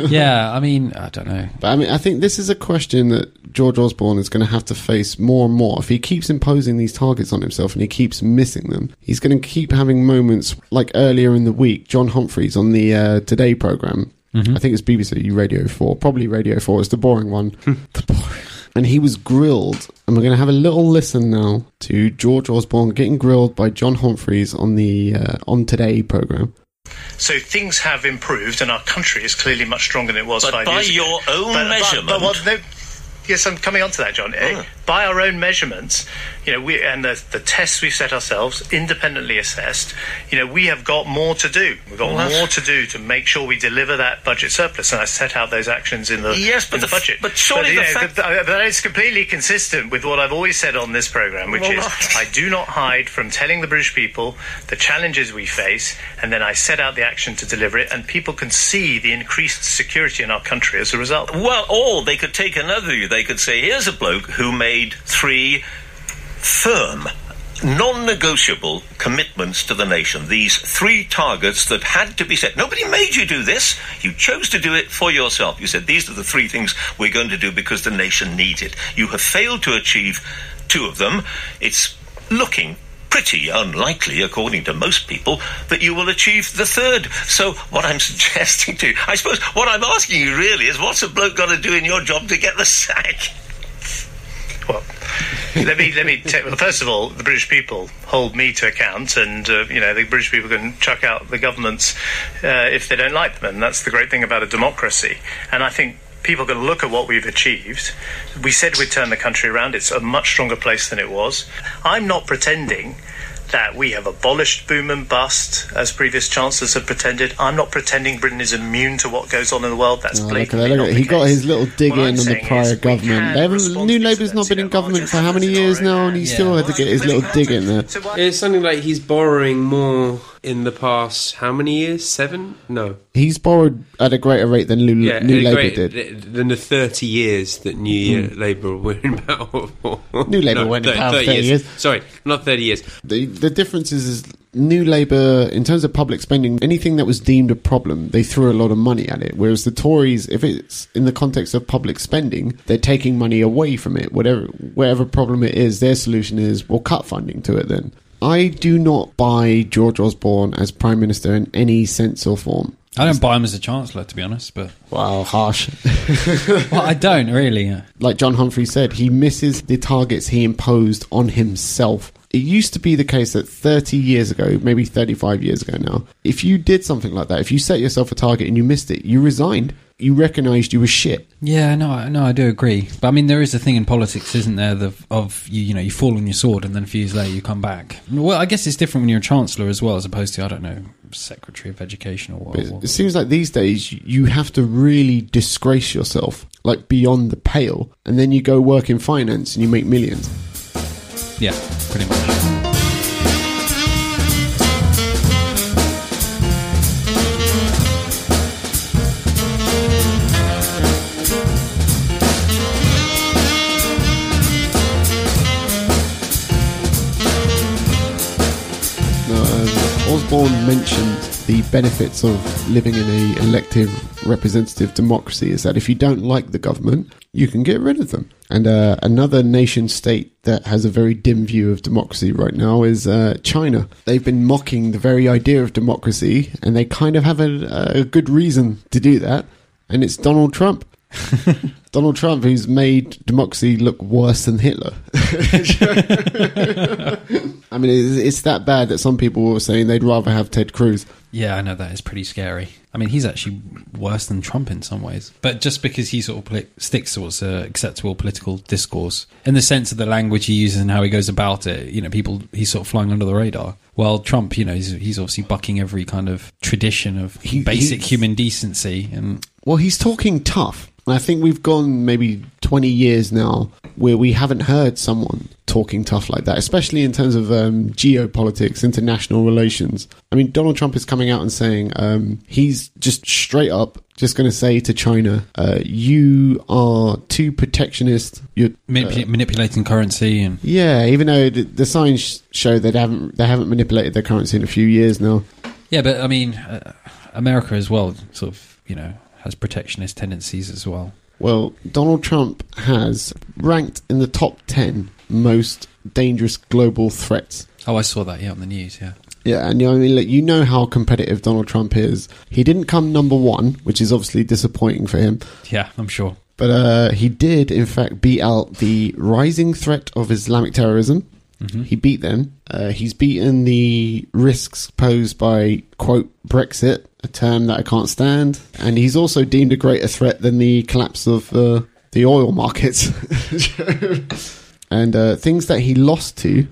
it? yeah, I mean, I don't know. But I mean, I think this is a question that George Osborne is going to have to face more and more. If he keeps imposing these targets on himself and he keeps missing them, he's going to keep having moments like earlier in the week. John Humphreys on the uh, Today program, Mm-hmm. I think it's BBC Radio Four, probably Radio Four. It's the boring one. Hmm. the boring. And he was grilled, and we're going to have a little listen now to George Osborne getting grilled by John Humphreys on the uh, on Today program. So things have improved, and our country is clearly much stronger than it was But five by years ago. your own measurement- Hmm. But, what- no, yes, I'm coming on to that, John. Eh, By our own measurements, you know, we and the, the tests we've set ourselves, independently assessed, you know, we have got more to do. We've got more to do to make sure we deliver that budget surplus, and I set out those actions in the Yes, but in the, the f- budget. but surely you the know, fact- th- th- that is completely consistent with what I've always said on this program, which Well, is not- I do not hide from telling the British people the challenges we face, and then I set out the action to deliver it, and people can see the increased security in our country as a result. Well, or they could take another view. They could say, here's a bloke who made three firm, non negotiable commitments to the nation. These three targets that had to be set. Nobody made you do this. You chose to do it for yourself. You said, these are the three things we're going to do because the nation needs it. You have failed to achieve two of them. It's looking pretty unlikely, according to most people, that you will achieve the third. So, what I'm suggesting to you, I suppose, what I'm asking you really is what's a bloke got to do in your job to get the sack? Well, let me let me. Take, well, first of all, the British people hold me to account, and uh, you know the British people can chuck out the governments uh, if they don't like them, and that's the great thing about a democracy. And I think people can look at what we've achieved. We said we'd turn the country around. It's a much stronger place than it was. I'm not pretending that we have abolished boom and bust, as previous chancellors have pretended. I'm not pretending Britain is immune to what goes on in the world. That's Oh, look at blatantly that, look not at- the he got case. his little dig What in I'm on the saying prior is we government. can They haven't- respond New to Labour's not incidents, been in you know, government for just how many as it's years now, and he already still had to get his little dig in there. So why- It's something like he's borrowing more in the past how many years? Seven? No. He's borrowed at a greater rate than Lu- Yeah, New a Labour great- did. Hmm. th- than the 30 years that New Year Labour were in power for. New Labour weren't in thir- power for 30 years. Sorry, not 30 years. The, the difference is, is New Labour, in terms of public spending, anything that was deemed a problem, they threw a lot of money at it. Whereas the Tories, if it's in the context of public spending, they're taking money away from it. Whatever, whatever problem it is, their solution is, we'll cut funding to it then. I do not buy George Osborne as Prime Minister in any sense or form. I don't buy him as a chancellor, to be honest, but Wow, harsh. well, I don't really. yeah. like John Humphrey said, he misses the targets he imposed on himself. It used to be the case that 30 years ago, maybe 35 years ago now, if you did something like that, if you set yourself a target and you missed it, you resigned. You recognized you were shit. Yeah, no, I- no, I do agree. But I mean, there is a thing in politics, isn't there, the, of you, you know, you fall on your sword, and then a few years later you come back. Well, I guess it's different when you're a chancellor as well, as opposed to I don't know, secretary of education or what. It, what- it seems like these days you have to really disgrace yourself, like beyond the pale, and then you go work in finance and you make millions. yeah, pretty much. Now, um, Osborne mentioned the benefits of living in a elective representative democracy is that if you don't like the government, you can get rid of them. And uh, another nation state that has a very dim view of democracy right now is uh, China. They've been mocking the very idea of democracy, and they kind of have a, a good reason to do that, and it's Donald Trump. Donald Trump, who's made democracy look worse than Hitler. I mean, it's, it's that bad that some people were saying they'd rather have Ted Cruz. Yeah, I know that is pretty scary. I mean, he's actually worse than Trump in some ways, but just because he sort of poli- sticks towards uh, acceptable political discourse in the sense of the language he uses and how he goes about it, you know, people he's sort of flying under the radar. While Trump, you know, he's, he's obviously bucking every kind of tradition of He- basic he- human decency, and Well, he's talking tough. And I think we've gone maybe 20 years now where we haven't heard someone talking tough like that, especially in terms of um, geopolitics, international relations. I mean, Donald Trump is coming out and saying um, he's just straight up just going to say to China, uh, you are too protectionist. You're manip- Uh, manipulating currency and yeah, even though the, the signs sh- show that they haven't they haven't manipulated their currency in a few years now. Yeah, but I mean, uh, America as well, sort of, you know, has protectionist tendencies as well. Well, Donald Trump has ranked in the top 10 most dangerous global threats. Oh, I saw that, yeah, on the news, yeah. Yeah, and you know, I mean, look, you know how competitive Donald Trump is. He didn't come number one, which is obviously disappointing for him. Yeah, I'm sure. But uh, he did, in fact, beat out the rising threat of Islamic terrorism. He beat them. Uh, he's beaten the risks posed by, quote, Brexit, a term that I can't stand. And he's also deemed a greater threat than the collapse of uh, the oil markets. and uh, things that he lost to,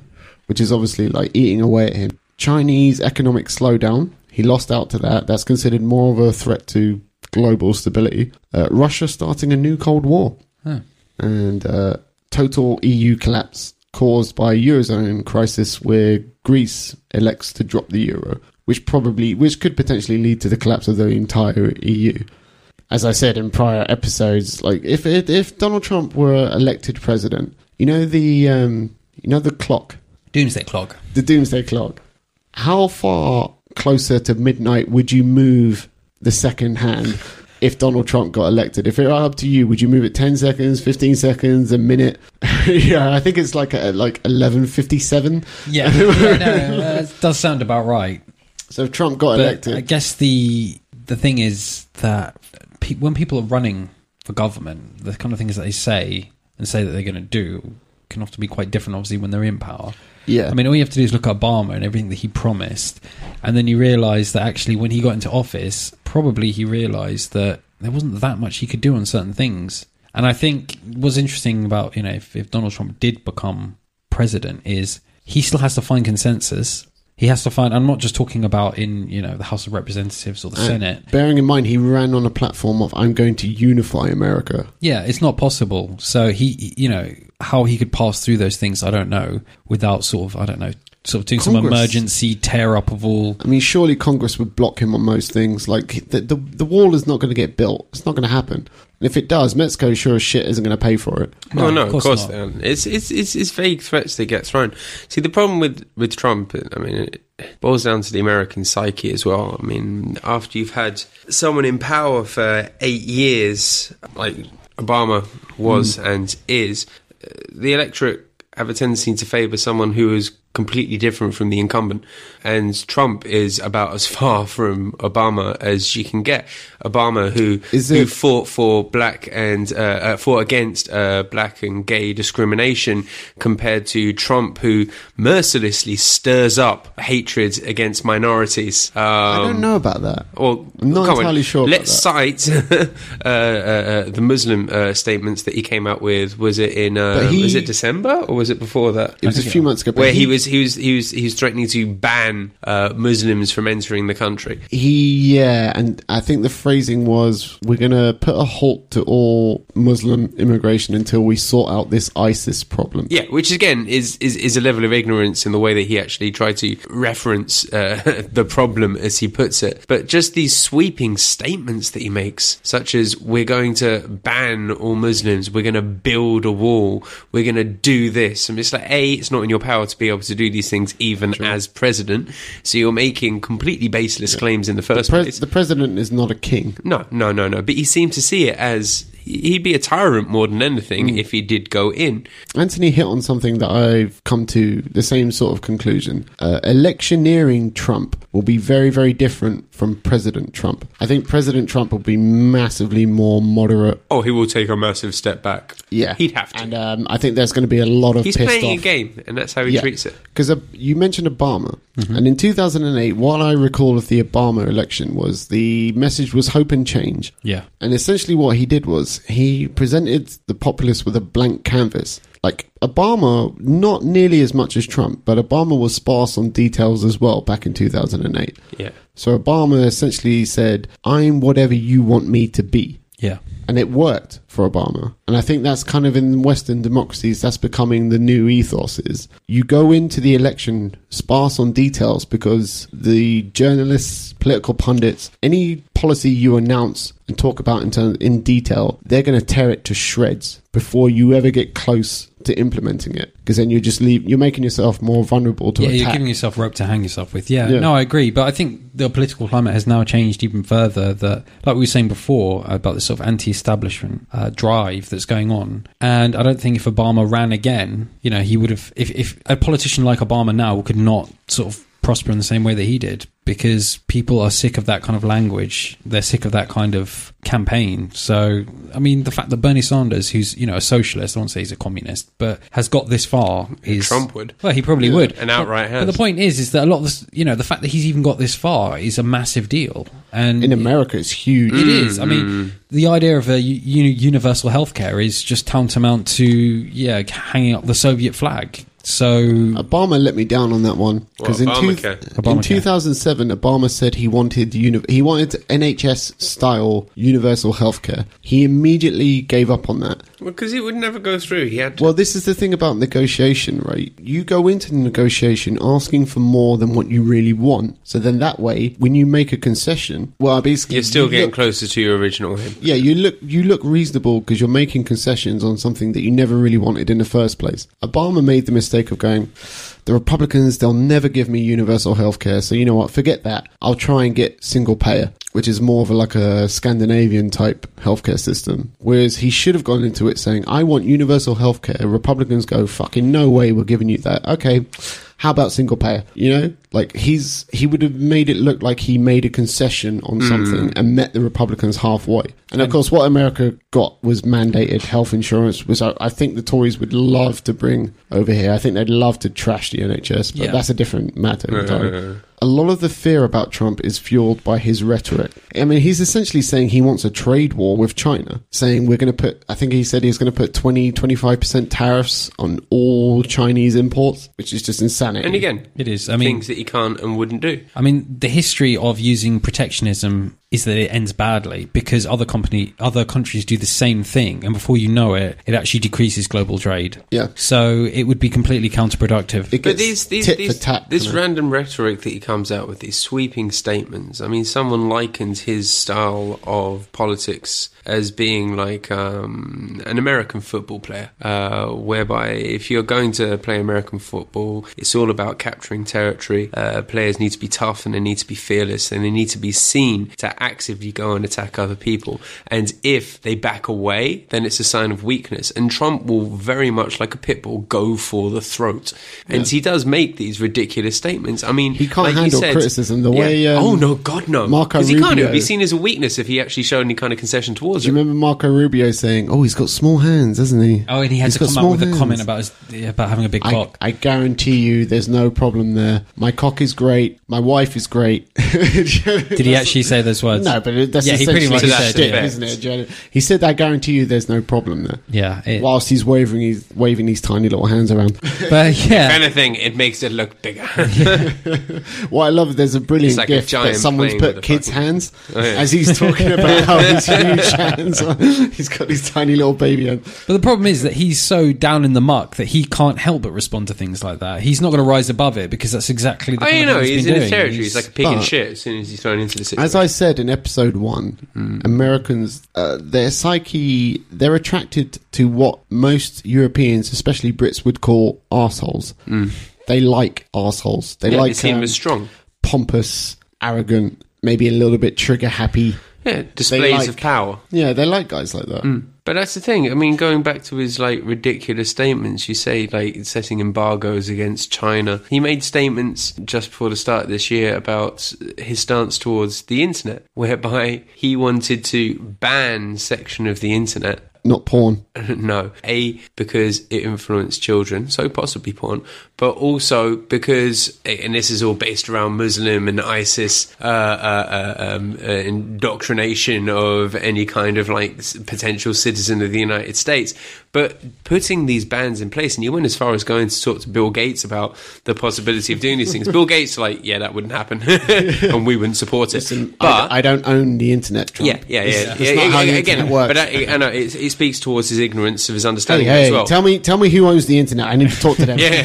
which is obviously like eating away at him. Chinese economic slowdown, he lost out to that. That's considered more of a threat to global stability. Uh, Russia starting a new Cold War, Huh. and uh, total EU collapse caused by eurozone crisis, where Greece elects to drop the euro, which probably, which could potentially lead to the collapse of the entire E EU as I said in prior episodes, like if if, if Donald Trump were elected president, you know the um, you know the clock, Doomsday clog. the doomsday clock. How far closer to midnight would you move the second hand if Donald Trump got elected? If it were up to you, would you move it ten seconds, fifteen seconds, a minute? yeah, I think it's like a, like eleven fifty seven. Yeah, yeah no, uh, it does sound about right. So if Trump got But elected, I guess the the thing is that pe- when people are running for government, the kind of things that they say and say that they're going to do can often be quite different, obviously, when they're in power. Yeah. I mean, all you have to do is look at Obama and everything that he promised, and then you realise that actually, when he got into office, probably he realised that there wasn't that much he could do on certain things. And I think what's interesting about you know if, if Donald Trump did become president is he still has to find consensus. He has to find. I'm not just talking about in you know the House of Representatives or the And Senate. Bearing in mind, he ran on a platform of "I'm going to unify America." Yeah, it's not possible. So he, you know, how he could pass through those things, I don't know, without sort of, I don't know, sort of doing some Congress. emergency tear up of all. I mean, surely Congress would block him on most things. Like the the, the wall is not going to get built. It's not going to happen. And if it does, Mexico sure as shit isn't going to pay for it. No, oh no, of of course course, not. they aren't. It's, it's it's it's vague threats they get thrown. See, the problem with with Trump, I mean, it boils down to the American psyche as well. I mean, after you've had someone in power for eight years, like Obama Hmm. was and is, uh, the electorate have a tendency to favour someone who is completely different from the incumbent. And Trump is about as far from Obama as you can get. Obama, who Is who it- fought for black and uh, uh, fought against uh, black and gay discrimination, compared to Trump, who mercilessly stirs up hatred against minorities. Um, I don't know about that. well, I'm not come on, entirely sure about Let's cite uh, uh, uh, the Muslim uh, statements that he came out with. Was it in? Uh, But he- was it December or was it before that? It was a few months ago. but Where he, was, he was, he was, he was threatening to ban uh, Muslims from entering the country. He yeah, and I think the phrasing was, "We're going to put a halt to all Muslim immigration until we sort out this ISIS problem." Yeah, which again is, is, is a level of ignorance in the way that he actually tried to reference uh, the problem as he puts it. But just these sweeping statements that he makes, such as we're going to ban all Muslims, we're going to build a wall, we're going to do this. And it's like, A, it's not in your power to be able to do these things even as president. So you're making completely baseless claims in the the, first pres- place. the president is not a king. No, no, no, no. But he seemed to see it as he'd be a tyrant more than anything if he did go in. Anthony hit on something that I've come to the same sort of conclusion. Uh, electioneering Trump will be very, very different from President Trump. I think President Trump will be massively more moderate. Oh, he will take a massive step back. Yeah, He'd have to. And um, I think there's going to be a lot of He's pissed off. playing a game, and that's how he treats it. Because uh, you mentioned Obama, and in 2008, what I recall of the Obama election was the message was hope and change. Yeah. And essentially, what he did was he presented the populace with a blank canvas. Like Obama, not nearly as much as Trump, but Obama was sparse on details as well back in 2008. Yeah. So Obama essentially said, I'm whatever you want me to be Yeah. and it worked for Obama. And I think that's kind of in Western democracies, that's becoming the new ethos is you go into the election sparse on details because the journalists, political pundits, any policy you announce and talk about in, term, in detail, they're going to tear it to shreds before you ever get close to implementing it. Because then you're just leave, you're making yourself more vulnerable to Yeah, attack. you're giving yourself rope to hang yourself with. Yeah, Yeah. no, I agree. But I think the political climate has now changed even further. That, like we were saying before, about this sort of anti-establishment uh, drive that's going on. And I don't think if Obama ran again, you know, he would have. If, if a politician like Obama now could not sort of prosper in the same way that he did because people are sick of that kind of language they're sick of that kind of campaign so i mean the fact that bernie sanders who's you know a socialist i won't say he's a communist but has got this far is Trump would. well he probably would An outright but, but has. the point is, is that a lot of this, you know, the fact that he's even got this far is a massive deal, and in America, it's huge. it is. I Mm. mean, the idea of a u- uni- universal healthcare is just tantamount to yeah, hanging up the Soviet flag. So Obama let me down on that one because in, What, two- Obamacare? Obamacare. in 2007, Obama said he wanted uni- he wanted NHS style universal healthcare. He immediately gave up on that. Well, because it would never go through. He had. Well, this is the thing about negotiation, right? You go into the negotiation asking for more than what you really want. So then that way, when you make a concession, well, basically you're still you getting look- closer to your original him. yeah, you look you look reasonable because you're making concessions on something that you never really wanted in the first place. Obama made the mistake of going, the Republicans they'll never give me universal health care, so you know what? Forget that. I'll try and get single payer, which is more of a, like a Scandinavian type healthcare system. Whereas he should have gone into it saying, I want universal health care. Republicans go, fucking no way, we're giving you that. Okay. How about single payer? You know, like he's he would have made it look like he made a concession on something and met the Republicans halfway. And of course, what America got was mandated health insurance, which I, I think the Tories would love to bring over here. I think they'd love to trash the NHS, but Yeah. that's a different matter. entirely. A lot of the fear about Trump is fueled by his rhetoric. I mean, he's essentially saying he wants a trade war with China, saying we're going to put, I think he said he's going to put 20, 25% tariffs on all Chinese imports, which is just insanity. And again, It is. I mean- things that you can't and wouldn't do. I mean, the history of using protectionism is that it ends badly because other company, other countries do the same thing, and before you know it, it actually decreases global trade. Yeah. So it would be completely counterproductive. It But gets these, these, tit these for tat. this kind of- random rhetoric that he comes out with, these sweeping statements. I mean, someone likens his style of politics as being like um, an American football player, uh, whereby if you're going to play American football, it's all about capturing territory. Uh, players need to be tough and they need to be fearless and they need to be seen to actively go and attack other people. And if they back away, then it's a sign of weakness. And Trump will very much, like a pit bull, go for the throat. And he does make these ridiculous statements. I mean, He can't like you handle said- criticism the Yeah. way, um, oh no, God no, Marco because he can't. It would Rubio- be seen as a weakness if he actually showed any kind of concession towards Do you it. remember Marco Rubio saying, oh, he's got small hands, hasn't he? Oh, and he had He's to got come out small with a comment hands." about his, yeah, about having a big I, cock. I guarantee you there's no problem there. My cock is great. My wife is great. Did he actually say those words? No, but it- that's yeah, he pretty much essentially said, said, shtick, yeah. isn't it? Janet? He said, "I guarantee you, there's no problem there." yeah. it- Whilst he's waving, he's waving these tiny little hands around. but If yeah, anything, it makes it look bigger. what I love, there's a brilliant It's like a gift that giant someone's playing put with a kids' fucking- hands Oh, yeah. as he's talking about how his huge hands. Are. He's got these tiny little baby hands. but the problem is that he's so down in the muck that he can't help but respond to things like that. He's not going to rise above it because that's exactly the. oh, kind you of know, thing he's been in his doing. territory. He's, like a pig in but- shit as soon as he's thrown into the situation. As I said in episode one, Hmm. Americans, uh, their psyche, they're attracted to what most Europeans, especially Brits, would call arseholes. Hmm. They like arseholes. They yeah, like they see him um, as strong. pompous, arrogant, maybe a little bit trigger happy. Yeah, displays like- of power. Yeah, they like guys like that. But that's the thing. I mean, going back to his like ridiculous statements, you say like setting embargoes against China. He made statements just before the start of this year about his stance towards the internet, whereby he wanted to ban section of the internet. Not porn. no, a because it influenced children, so possibly porn, but also because, and this is all based around Muslim and ISIS uh, uh, uh, um, uh, indoctrination of any kind of like s- potential citizen of the United States. But putting these bans in place, and you went as far as going to talk to Bill Gates about the possibility of doing these things. Bill Gates, like, yeah, that wouldn't happen, and we wouldn't support it. but I, I don't own the internet. Trump. yeah, yeah, yeah. It's- yeah, it's not yeah, how the yeah, internet again, works. But that, I know it, it speaks towards his ignorance of his hey, understanding hey, as well. tell me, tell me who owns the internet. I need to talk to them. yeah,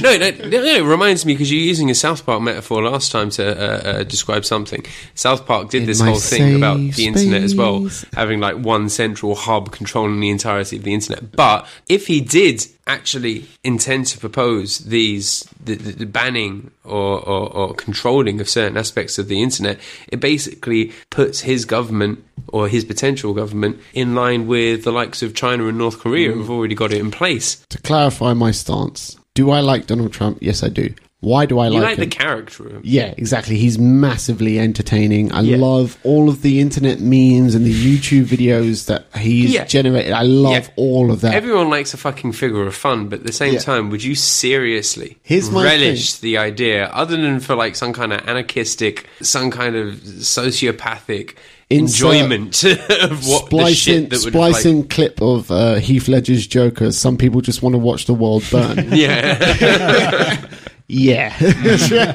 no, no, no, no, it reminds me because you're using a South Park metaphor last time to uh, uh, describe something. South Park did In this my whole thing about the safe internet as well, space. having like one central hub controlling the entirety of the internet. But if he did actually intend to propose these the, the, the banning or, or, or controlling of certain aspects of the internet, it basically puts his government or his potential government in line with the likes of China and North Korea Mm. who've already got it in place. To clarify my stance, do I like Donald Trump? Yes, I do. Why do I You like, like, him? the character of him. Yeah, exactly. He's massively entertaining. I Yeah. love all of the internet memes and the YouTube videos that he's Yeah. generated. I love Yeah. all of that. Everyone likes a fucking figure of fun, but at the same Yeah. time, would you seriously Here's my relish the idea, other than for like some kind of anarchistic, some kind of sociopathic Insert- enjoyment of what the splicing shit that would splicing clip of uh, Heath Ledger's Joker. Some people just want to watch the world burn. Like, yeah, yeah,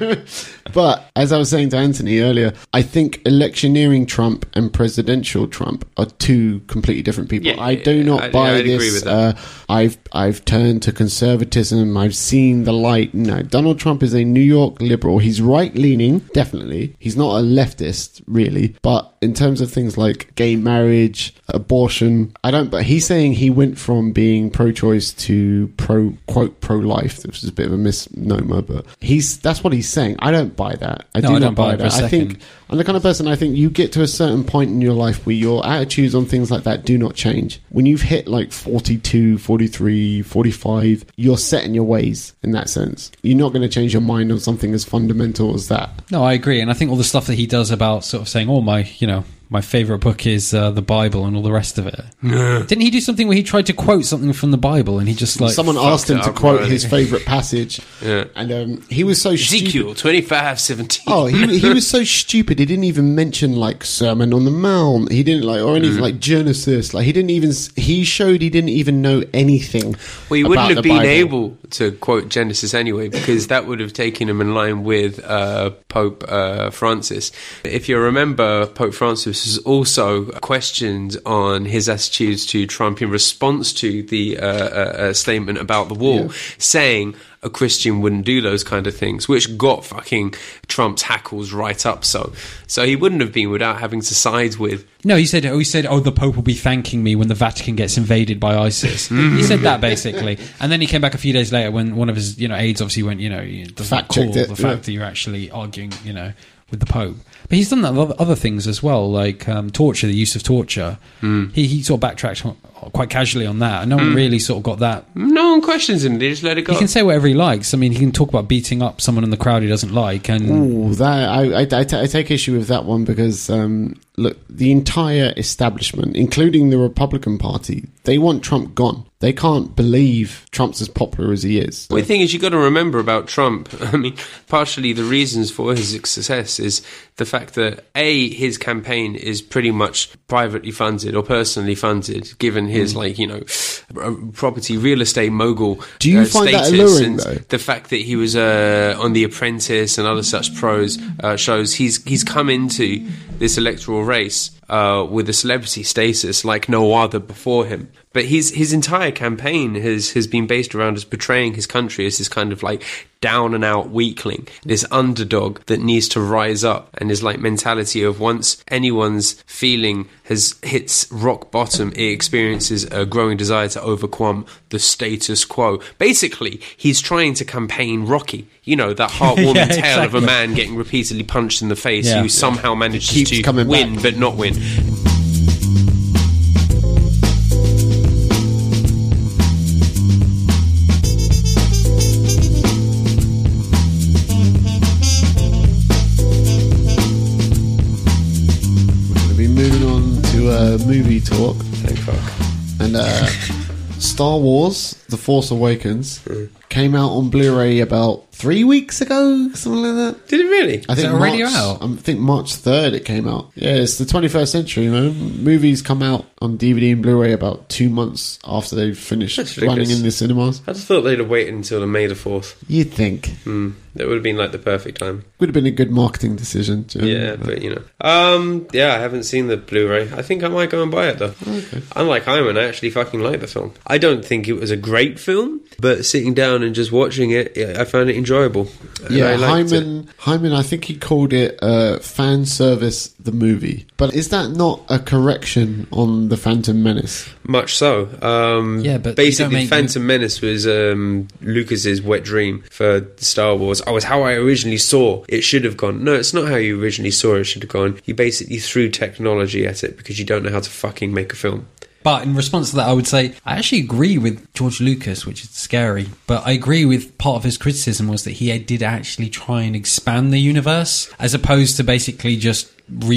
but as I was saying to Anthony earlier, I think electioneering Trump and presidential Trump are two completely different people. Yeah, I do yeah, not I- buy I'd agree this. with that. uh, I've I've turned to conservatism. I've seen the light. No, Donald Trump is a New York liberal. He's right leaning, definitely. He's not a leftist, really. But in terms of things like gay marriage, abortion, I don't. But he's saying he went from being pro-choice to pro quote pro-life, which is a bit of a misnomer. But he's that's what he's saying. I don't don't buy that. I No, do I not don't buy buy it for that. a I think second. I'm the kind of person I think you get to a certain point in your life where your attitudes on things like that do not change. When you've hit like 42, 43, 45, you're set in your ways in that sense. You're not going to change your mind on something as fundamental as that. No, I agree, and I think all the stuff that he does about sort of saying, "Oh, my, you know, my favorite book is uh, the Bible," and all the rest of it. Didn't he do something where he tried to quote something from the Bible, and he just like Someone fucked asked him it to up quote already. his favorite passage, Yeah. and um, he was so stupid. Ezekiel twenty five seventeen. Oh, he, he was so stupid. He didn't even mention like Sermon on the Mount. He didn't like or Mm. anything like Genesis. Like he didn't even. s- He showed he didn't even know anything. Well, he about wouldn't the have been Bible. able to quote Genesis anyway, because that would have taken him in line with uh, Pope uh, Francis. If you remember, Pope Francis was also questioned on his attitudes to Trump in response to the uh, uh, uh, statement about the wall, saying a Christian wouldn't do those kind of things, which got fucking Trump's hackles right up. So, so he wouldn't have been without having to side with. No, he said. Oh, he said. Oh, the Pope will be thanking me when the Vatican gets invaded by ISIS. Mm. he said that basically, and then he came back a few days later when one of his, you know, aides obviously went, you know, you- doesn't Fact call checked it, the fact yeah. that you're actually arguing, you know, with the Pope. But he's done that with other things as well, like um, torture, the use of torture. Mm. He he sort of backtracked on- quite casually on that, and no one really sort of got that. No one questions him; they just let it go. He can say whatever he likes. I mean, he can talk about beating up someone in the crowd he doesn't like, and Ooh, that I, I, I ta- I take issue with that one because um, look, the entire establishment, including the Republican Party, they want Trump gone. They can't believe Trump's as popular as he is. Well, the thing is, you've got to remember about Trump. I mean, partially the reasons for his success is the fact that A, his campaign is pretty much privately funded or personally funded, given his, like, you know, r- property real estate mogul. Do you find that alluring, though? uh, The fact that he was uh, on The Apprentice and other such pros uh, shows he's he's come into this electoral race uh, with a celebrity status like no other before him. But his his entire campaign has has been based around us portraying his country as this kind of like down and out weakling, this underdog that needs to rise up, and his like mentality of once anyone's feeling has hits rock bottom, it experiences a growing desire to overcome the status quo. Basically, he's trying to campaign Rocky, you know, that heartwarming Yeah, tale of a exactly. man getting repeatedly punched in the face Yeah. who somehow manages Keeps to coming win back. but not win. We'll be moving on to uh, movie talk. Thank fuck. And uh, Star Wars: The Force Awakens came out on Blu-ray about three weeks ago, something like that. Did it really? I think it already March, out? I think March third it came out. Yeah, it's the twenty-first century. You know, movies come out on DVD and Blu-ray about two months after they've finished That's running ridiculous. in the cinemas. I just thought they'd have waited until the May the 4th. You'd think That would have been like the perfect time. would have been a good marketing decision. do you know? Yeah, but you know, um, yeah, I haven't seen the Blu-ray. I think I might go and buy it though. Unlike Hyman, I actually fucking like the film. I don't think it was a great film, but sitting down and just watching it, yeah, I found it enjoyable. And I Yeah, liked it. Hyman. Hyman, I think he called it uh, fan service. The movie, but is that not a correction on the Phantom Menace? Much so. Um, Yeah, but you don't basically, make- Phantom Menace was um, Lucas's wet dream for Star Wars. Oh, it's how I originally saw it should have gone. No, it's not how you originally saw it should have gone. You basically threw technology at it because you don't know how to fucking make a film. But in response to that, I would say I actually agree with George Lucas, which is scary. But I agree with part of his criticism was that he did actually try and expand the universe as opposed to basically just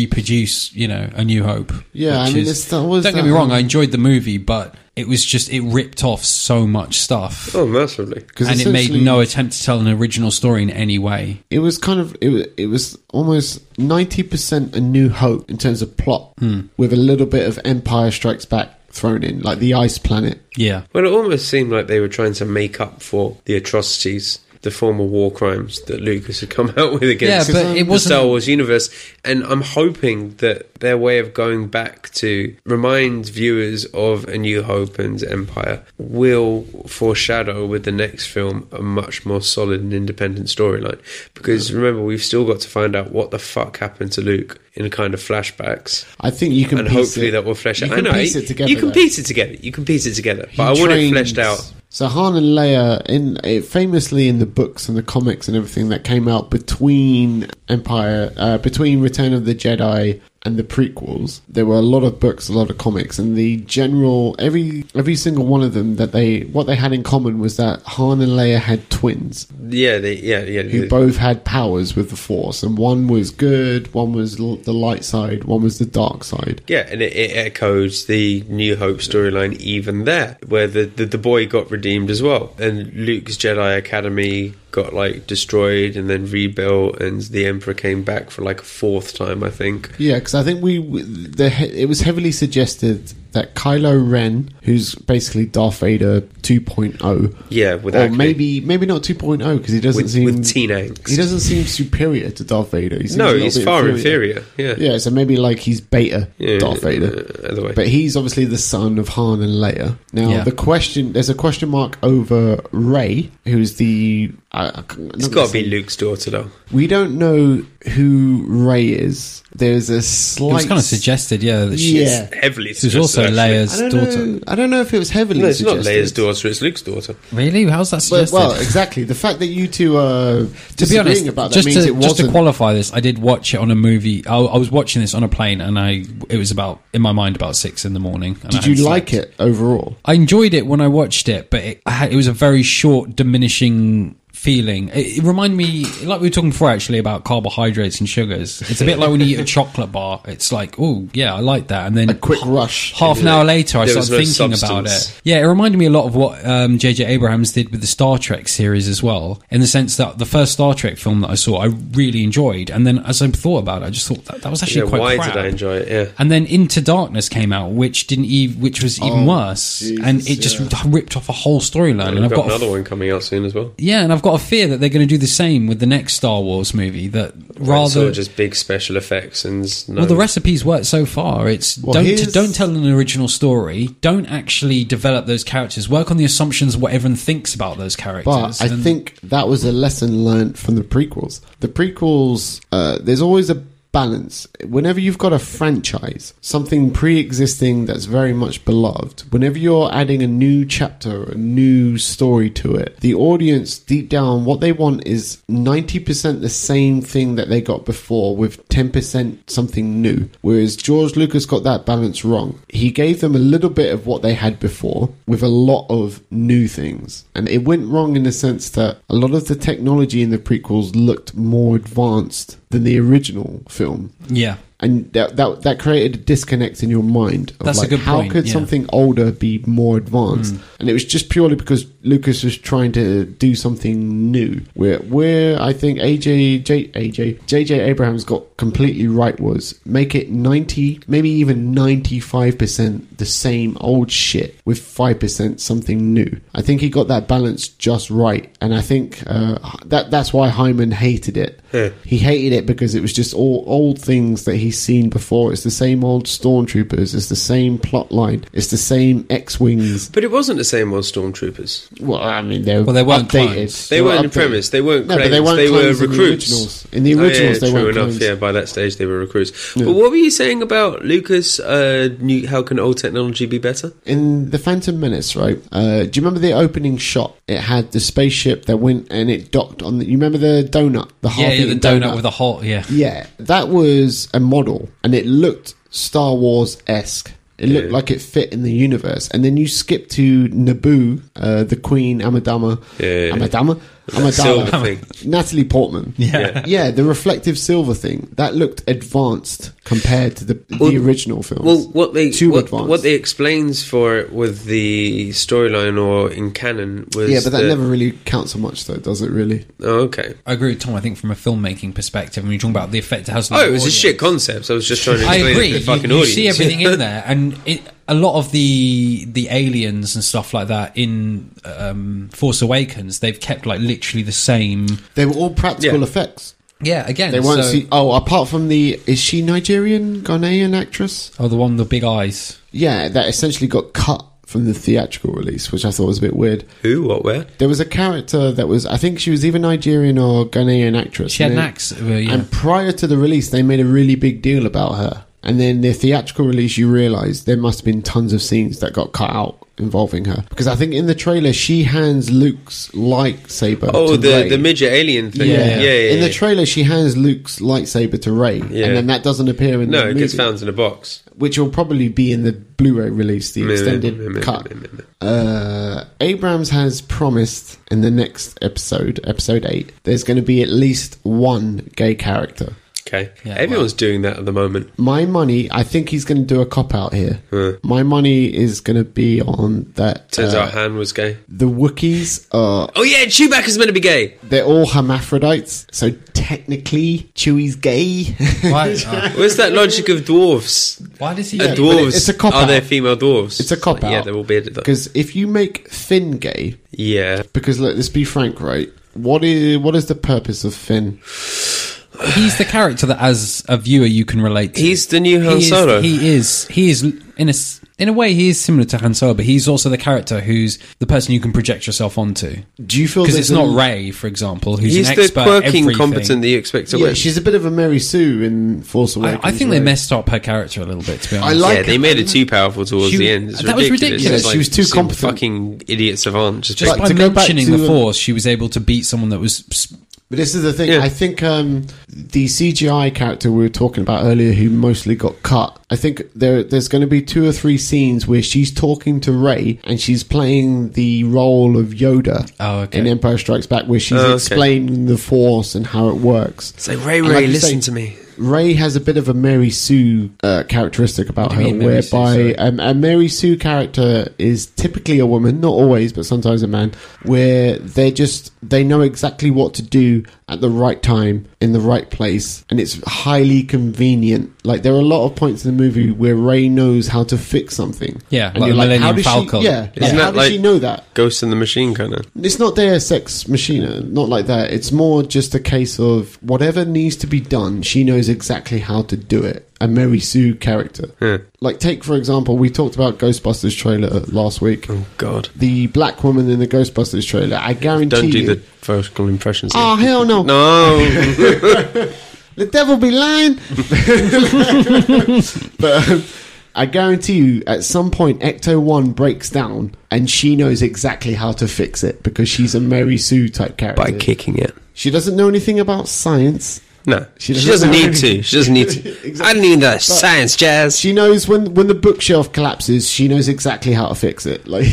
reproduce, you know, A New Hope. Yeah, which I mean, it's- that was don't get that- me wrong, I enjoyed the movie, but it was just it ripped off so much stuff. Oh, massively. 'Cause And it made essentially- no attempt to tell an original story in any way. it was kind of it, wa- it was almost 90% a new hope in terms of plot Hmm. with a little bit of empire strikes back thrown in like the ice planet Yeah. Well, it almost seemed like they were trying to make up for the atrocities, the former war crimes that Lucas had come out with against Yeah, but it the Star wasn't- Wars universe. And I'm hoping that their way of going back to remind viewers of A New Hope and Empire will foreshadow with the next film a much more solid and independent storyline. Because remember, we've still got to find out what the fuck happened to Luke in kind of flashbacks i think you can and piece hopefully it- that will flesh you out. can I know eh? piece it together you can though. piece it together. You can piece it together, He but I want it trains- fleshed out. So Han and Leia, in eh, famously in the books and the comics and everything that came out between Empire, uh, between Return of the Jedi and the prequels, there were a lot of books, a lot of comics, and the general every every single one of them that they what they had in common was that Han and Leia had twins Yeah, they, yeah, yeah. who both had powers with the Force, and one was good, one was l- the light side, one was the dark side. Yeah, and it, it echoes the New Hope storyline even there, where the, the, the boy got redeemed as well. And Luke's Jedi Academy got like destroyed and then rebuilt, and the Emperor came back for like a fourth time, I think. Yeah, because I think we the it was heavily suggested that Kylo Ren, who's basically Darth Vader 2.0, Yeah, with or acne. maybe maybe not 2.0 because he doesn't With- seem with teen angst. He doesn't seem superior to Darth Vader. He seems a No, little he's bit far inferior. Yeah. Yeah, so maybe like he's beta Yeah, Darth Vader. uh, other way. But he's obviously the son of Han and Leia. Now Yeah. the question, there's a question mark over Rey, who's the. uh, I- I can't- It's got to be Luke's daughter, though. We don't know who Rey is. There's a slight. It was kind of suggested, yeah. That she, Yeah. Heavily She's also suggested, actually. Leia's I don't daughter. Know, I don't know if it was heavily. No, it's not suggested. Leia's daughter, it's Luke's daughter. Really? How's that Well, suggested? well, exactly. The fact that you two are to be honest, about that just, means to, it just to wasn't. qualify this, I did watch it on a movie. I, I was watching this on a plane, and I it was about in my mind about six in the morning. and I did hadn't you like slept. it overall? I enjoyed it when I watched it, but it, I had- it was a very short, diminishing feeling. It, it reminded me, like we were talking before, actually, about carbohydrates and sugars. It's a bit like when you eat a chocolate bar. It's like, oh yeah, I like that, and then A quick rush. Half an hour later, I There was started no thinking about substance. it. Yeah, it reminded me a lot of what um, J.J. Abrams did with the Star Trek series as well, in the sense that the first Star Trek film that I saw, I really enjoyed, and then as I thought about it, I just thought that, that was actually Yeah, quite. why crap. did I enjoy it? Yeah. And then Into Darkness came out, which didn't even, which was even worse, Oh, Jesus, and it just yeah. ripped off a whole storyline. And We've I've got got, a f- another one coming out soon as well. yeah, and I've got a fear that they're going to do the same with the next Star Wars movie. That Rather it's all rather, just big special effects and s- no. well, the recipes worked so far. It's Well, don't here's- don't tell an original story. Don't actually develop those characters. Work on the assumptions of what everyone thinks about those characters. But I and- think that was a lesson learned from the prequels. The prequels, uh, there's always a balance. Whenever you've got a franchise, something pre existing that's very much beloved, whenever you're adding a new chapter, a new story to it, the audience, deep down, what they want is 90% the same thing that they got before with 10% something new. Whereas George Lucas got that balance wrong. He gave them a little bit of what they had before with a lot of new things. And it went wrong in the sense that a lot of the technology in the prequels looked more advanced than the original film. yeah, And that, that that created a disconnect in your mind. Of That's a like, good How point, could yeah. Hmm. something older be more advanced? And it was just purely because Lucas was trying to do something new. Where where I think AJ J, AJ JJ Abrams got completely right was make it ninety, maybe even ninety five percent the same old shit with five percent something new. I think he got that balance just right, and I think uh, that that's why Hyman hated it. He hated it because it was just all old things that he's seen before. It's the same old stormtroopers. It's the same plot line. It's the same X wings. but it wasn't the same old Stormtroopers. Well, I mean, they were Well, they weren't updated. clones. They, weren't in premise. They weren't No, but clones. they They, weren't were clones in the recruits. originals. In the Oh, yeah, originals, yeah, they true weren't enough. clones. Yeah, by that stage they were recruits. But what were you saying about Lucas? Uh, new, how can old technology be better? in the Phantom Menace, right? Uh, do you remember the opening shot? It had the spaceship that went and it docked on. The, you remember the donut, the half yeah, yeah, the donut, with a hole. Yeah, Yeah, that was a model, and it looked Star Wars esque. It looked like it fit in the universe, and then you skip to Naboo, uh, the Queen Amadama, Yeah. Amadama, silver Amadama, thing. Natalie Portman. Yeah, yeah, the reflective silver thing that looked advanced compared to the, the original films. Well, what they too what, advanced. what they explains for it with the storyline or in canon was yeah, but that the- never really counts for much, though, does it? Really? Oh, okay. I agree with Tom. I think from a filmmaking perspective, when you're talking about the effect it has. on Oh, the it was a audience. shit concept. I was just trying to I explain agree. it to You, the fucking you audience. see everything in there, and it, a lot of the the aliens and stuff like that in um, Force Awakens, they've kept like literally the same. They were all practical Yeah. effects. Yeah, again, They weren't. so- see- oh, apart from the is she Nigerian, Ghanaian actress? Oh, the one with the big eyes. Yeah, that essentially got cut from the theatrical release, which I thought was a bit weird. Who? What? Where? There was a character that was, I think she was either Nigerian or Ghanaian actress. She had And an they- accent. well, uh, yeah. And prior to the release, they made a really big deal about her. And then the theatrical release, you realise there must have been tons of scenes that got cut out. involving her because I think in the trailer she hands Luke's lightsaber. Oh, to the Rey. the midget alien thing. Yeah, yeah, yeah. in the yeah. trailer, she hands Luke's lightsaber to Ray, Yeah. and then that doesn't appear in no, the it movie, gets found in a box. which will probably be in the Blu-ray release, the Meh, extended meh, meh, cut. meh, meh, meh. Uh, Abrams has promised in the next episode, episode eight, there's going to be at least one gay character. Okay, Yeah, everyone's doing that at the moment. My money, I think he's going to do a cop out here. My money is going to be on that. Turns uh, out Han was gay. the Wookiees are Oh yeah, Chewbacca's meant to be gay. they're all hermaphrodites, so technically Chewie's gay. Why, oh, Where's that logic of dwarves? why does he? Are Yeah, but dwarves? it's a cop Are there out. female dwarves? It's a cop out. Yeah, they're all bearded though. Because if you make Finn gay, Yeah, because let, let's be frank, right? What is what is the purpose of Finn? he's the character that, as a viewer, you can relate to. He's the new Han He is- Solo. He is. He is in a s- in a way he is similar to Han Solo, but he's also the character who's the person you can project yourself onto. Do you feel Because it's there's not a- Ray, for example, who's he's an the expert. quirky, everything. incompetent that you expect to Yeah, win. she's a bit of a Mary Sue in Force I, Awakens. I think they right? messed up her character a little bit. To be honest, I like yeah, they her. made it too powerful towards She- the end. It's that was ridiculous. ridiculous. It's Yeah, like she was too some competent. Fucking idiot savant. Just, just like, by to go back mentioning the to, um, force, she was able to beat someone that was s- But this is the thing. Yeah. I think um, the CGI character we were talking about earlier, who mostly got cut. I think there there's going to be two or three scenes where she's talking to Ray and she's playing the role of Yoda. Oh, okay. In Empire Strikes Back, where she's Oh, okay. explaining the Force and how it works. it's like Ray, And Ray, like you listen say, to me. Ray has a bit of a Mary Sue uh, characteristic about do her, you mean Mary Sue? whereby Sorry. um, a Mary Sue character is typically a woman, not always, but sometimes a man, where they just they know exactly what to do at the right time in the right place, and it's highly convenient. Like there are a lot of points in the movie where Ray knows how to fix something. Yeah, and like you're like, Millennium how does Falcon. she? Yeah, like, Isn't how that does she like- know that? Ghost in the Machine, kind of. It's not Deus Ex Machina, not like that. It's more just a case of whatever needs to be done, she knows exactly how to do it. A Mary Sue character. Like, take for example, we talked about Ghostbusters trailer last week. Oh God! The black woman in the Ghostbusters trailer, I guarantee Don't do you. the vocal impressions. Oh, hell no. No. The devil be lying. but um, I guarantee you, at some point, Ecto 1 breaks down and she knows exactly how to fix it because she's a Mary Sue type character. by kicking it. She doesn't know anything about science. No, she She doesn't, doesn't know need anything. to. She doesn't need to. I don't need that science jazz. She knows when when the bookshelf collapses, she knows exactly how to fix it. Like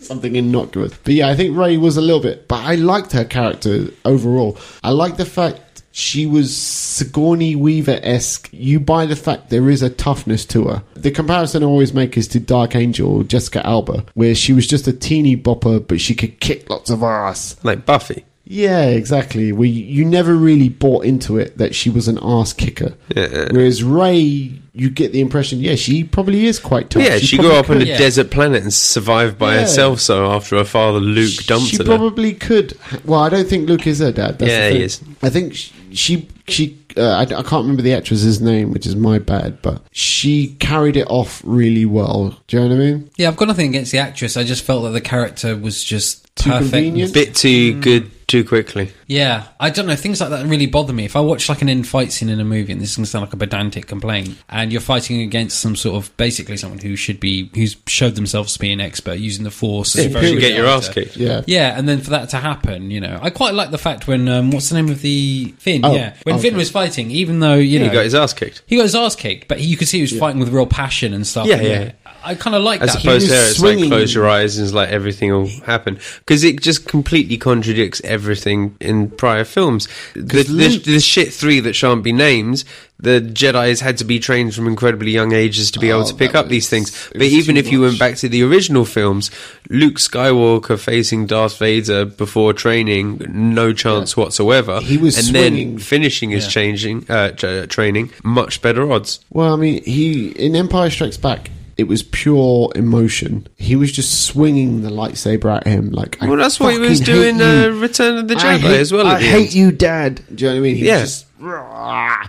something innocuous. But yeah, I think Ray was a little bit. But I liked her character overall. I like the fact she was Sigourney Weaver esque. You buy the fact there is a toughness to her. The comparison I always make is to Dark Angel Jessica Alba, where she was just a teeny bopper, but she could kick lots of ass. like Buffy. Yeah, exactly. We you never really bought into it that she was an ass kicker. Yeah. Whereas Ray, you get the impression, yeah, she probably is quite tough. Yeah, she, grew probably up on a could- Yeah. desert planet and survived by Yeah. herself. So after her father Luke dumped She her, probably could. Well, I don't think Luke is her dad. That's Yeah, the he thing. is. I think sh- she she. Uh, I, I can't remember the actress's name, which is my bad, but she carried it off really well. Do you know what I mean? Yeah, I've got nothing against the actress. I just felt that the character was just Too perfect. a convenient. bit too good too quickly. Yeah, I don't know. Things like that really bother me. If I watch like an in-fight scene in a movie, and this is going to sound like a pedantic complaint, and you're fighting against some sort of basically someone who should be who's showed themselves to be an expert using the force. as a you very should good get your ass actor. kicked. Yeah. Yeah, and then for that to happen, you know, I quite like the fact when um, what's the name of the Finn? Oh, yeah, when okay. Finn was fighting, even though you know He got his ass kicked. he got his ass kicked, but he, you could see he was fighting with real passion and stuff. Yeah, and yeah. I kind of like As that. was opposed to her, it's like swinging- close your eyes and it's like everything will happen because it just completely contradicts everything in prior films. The, the, Luke- the shit three that shan't be named. The Jedi's had to be trained from incredibly young ages to be Oh, able to pick that up these was- things. it But was even too if you went much. back to the original films, Luke Skywalker facing Darth Vader before training, no chance whatsoever. He was and then swinging. finishing his Yeah. changing uh, tra- training, much better odds. Well, I mean, he in Empire Strikes Back, it was pure emotion. He was just swinging the lightsaber at him, like. I Well, that's what he was fucking hate doing. you. Uh, Return of the Jedi I hate, as well. I at the hate end. you, Dad. Do you know what I mean? He was Yeah. just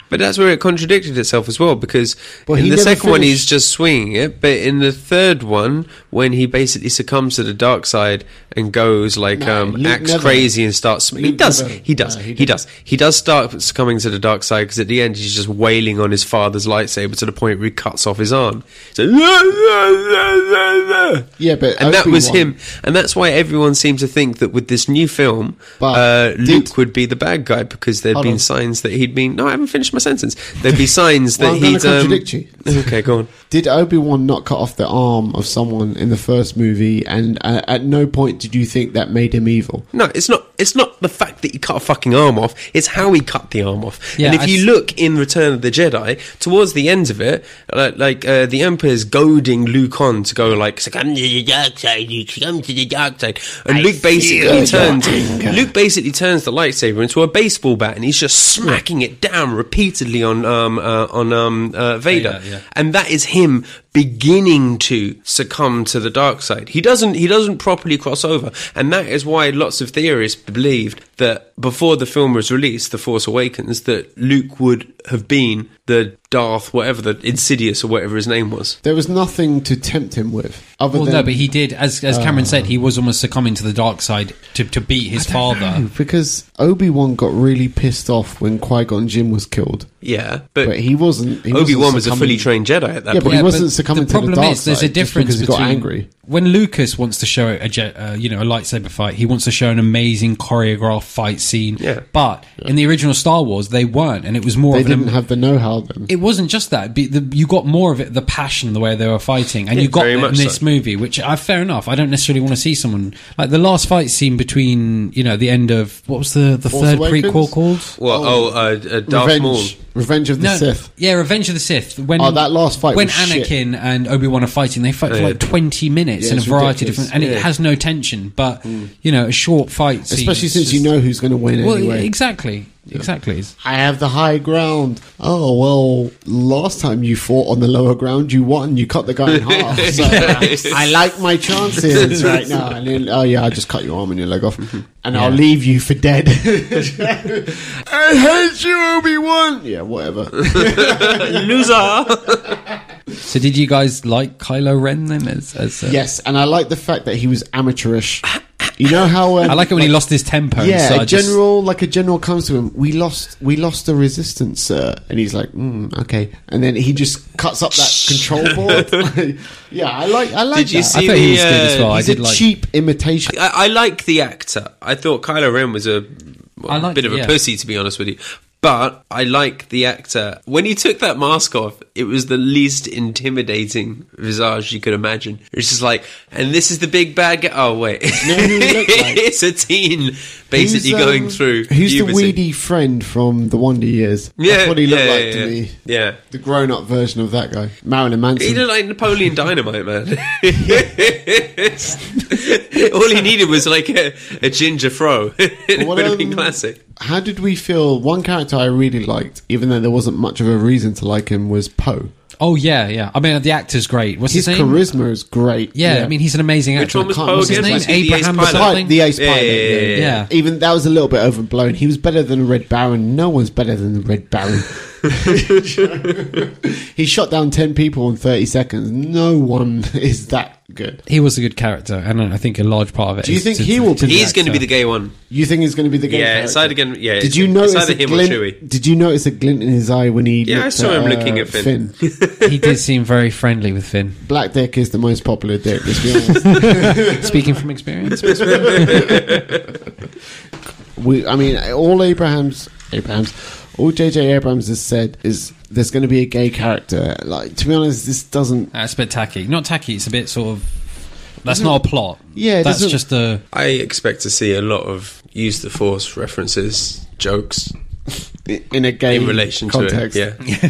But that's where it contradicted itself as well, because Well, in he the never second one he's finished- just swinging it, but in the third one, when he basically succumbs to the dark side and goes like No, um, Luke acts never- crazy and starts, sm- he Luke does, never- he does, no, he he, didn't. does, he does start succumbing to the dark side because at the end he's just wailing on his father's lightsaber to the point where he cuts off his arm. So, Yeah, but and that was Obi-Wan- him, and that's why everyone seemed to think that with this new film, But uh, did- Luke would be the bad guy because there'd Hold been on. signs that he'd been. No, I haven't finished my sentence. There'd be signs Well, that I'm gonna he'd. um, contradict you. Okay, go on. Did Obi Wan not cut off the arm of someone in the first movie? And uh, at no point did you think that made him evil. No, it's not. It's not the fact that he cut a fucking arm off. It's how he cut the arm off. Yeah, and if I you s- look in Return of the Jedi, towards the end of it, like, like uh, the Emperor's goading Luke on to go like, "Come to the dark side, Luke. Come to the dark side." And Luke basically turns. Luke basically turns the lightsaber into a baseball bat, and he's just smacking it down repeatedly on um uh, on um uh, Vader, Vader, yeah. and that is him beginning to succumb to the dark side. He doesn't he doesn't properly cross over, and that is why lots of theorists believed that before the film was released, The Force Awakens, that Luke would have been the Darth, whatever the Insidious or whatever his name was. There was nothing to tempt him with. Other Well, than no, but he did, as as Cameron said, he was almost succumbing to the dark side to, to beat his father. because Obi Wan got really pissed off when Qui Gon Jinn was killed, Yeah, but, but he wasn't. he wasn't Obi Wan was a succumbing- fully trained Jedi at that Yeah, point. but he wasn't succumbing to the dark there's a side just difference because he got between angry. when Lucas wants to show a je- uh, you know a lightsaber fight, he wants to show an amazing choreographed fight scene. Yeah. But in the original Star Wars, they weren't, and it was more. They of an- didn't have the know how then. it wasn't just that. Be- the, you got more of it, the passion, the way they were fighting, and Yeah, you got very it in much this so. movie, which I fair enough. I don't necessarily want to see someone like the last fight scene between you know the end of what was the the Force third Awakens? prequel called? Well, oh, uh, uh, Darth Maul. Revenge, Revenge of the Sith. yeah, Revenge of the Sith. When Oh, that last fight when was Anakin shit. and Obi Wan are fighting, they fight for Yeah. like twenty minutes Yeah, in a it's variety of ridiculous. Mm. different, and it Yeah. has no tension. But you know, a short fight, scene, Especially it's since you just- know who's going to win well, anyway. exactly, exactly. I have the high ground. Oh well, last time you fought on the lower ground, you won. You cut the guy in half. So I like my chances right now. And then, oh yeah, I just cut your arm and your leg off, and I'll leave you for dead. I hate you, Obi Wan. Yeah, whatever. Loser! So, did you guys like Kylo Ren then? As, as uh, yes, and I like the fact that he was amateurish. You know how um, I like it when he lost his temper. and Yeah, so I a just- general like a general comes to him. We lost, we lost the resistance, sir. And he's like, mm, okay. And then he just cuts up that control board. Like, yeah, I like, I like. Did you that. see I thought he was the, good as well. uh, I He's a did like. cheap imitation. I, I like the actor. I thought Kylo Ren was a well, I like- bit of a yeah. pussy, to be honest with you. But I like the actor. When he took that mask off, it was the least intimidating visage you could imagine. It's just like, and this is the big bad guy. Oh wait, who he looked like? it's a teen basically Who's, um, going through. Who's the puberty. weedy friend from the Wonder Years? Yeah, That's what he looked yeah, like yeah, to yeah. me. Yeah. the grown-up version of that guy, Marilyn He Manson. looked like Napoleon Dynamite, man. All he needed was like a, a ginger fro. it What, would have um, been classic. How did we feel? One character I really liked, even though there wasn't much of a reason to like him, was Poe. Oh yeah, yeah. I mean, the actor's great. What's His his, name? charisma is great. Yeah, I mean, he's an amazing actor. Which one was can't- Poe what's his again? name? Was he the ace Abraham pilot? Something? Pi- the ace Yeah, pilot. yeah, yeah, yeah. Yeah. Even that was a little bit overblown. He was better than the Red Baron. No one's better than the Red Baron. he shot down ten people in thirty seconds. No one is that good. He was a good character, and I think a large part of it. Do you is think to- he to- will to be- He's going to be actor. the gay one. You think he's going to be the game? Yeah, character? it's either gonna- yeah, Did it's- you it's notice either a him or glint? Chewie. Did you notice a glint in his eye when he? Yeah, I looked saw him uh, looking at Finn. He did seem very friendly with Finn. Black Dick is the most popular dick. Let's be honest. Speaking from experience, we, I mean, all Abraham's, Abraham's, all J.J. Abrams has said is there's going to be a gay character. Like to be honest, this doesn't that's a bit tacky. Not tacky. It's a bit sort of. That's not a plot. Yeah, it that's doesn't- just a. I expect to see a lot of use the force references, jokes in a gay in relation context. to it. Yeah.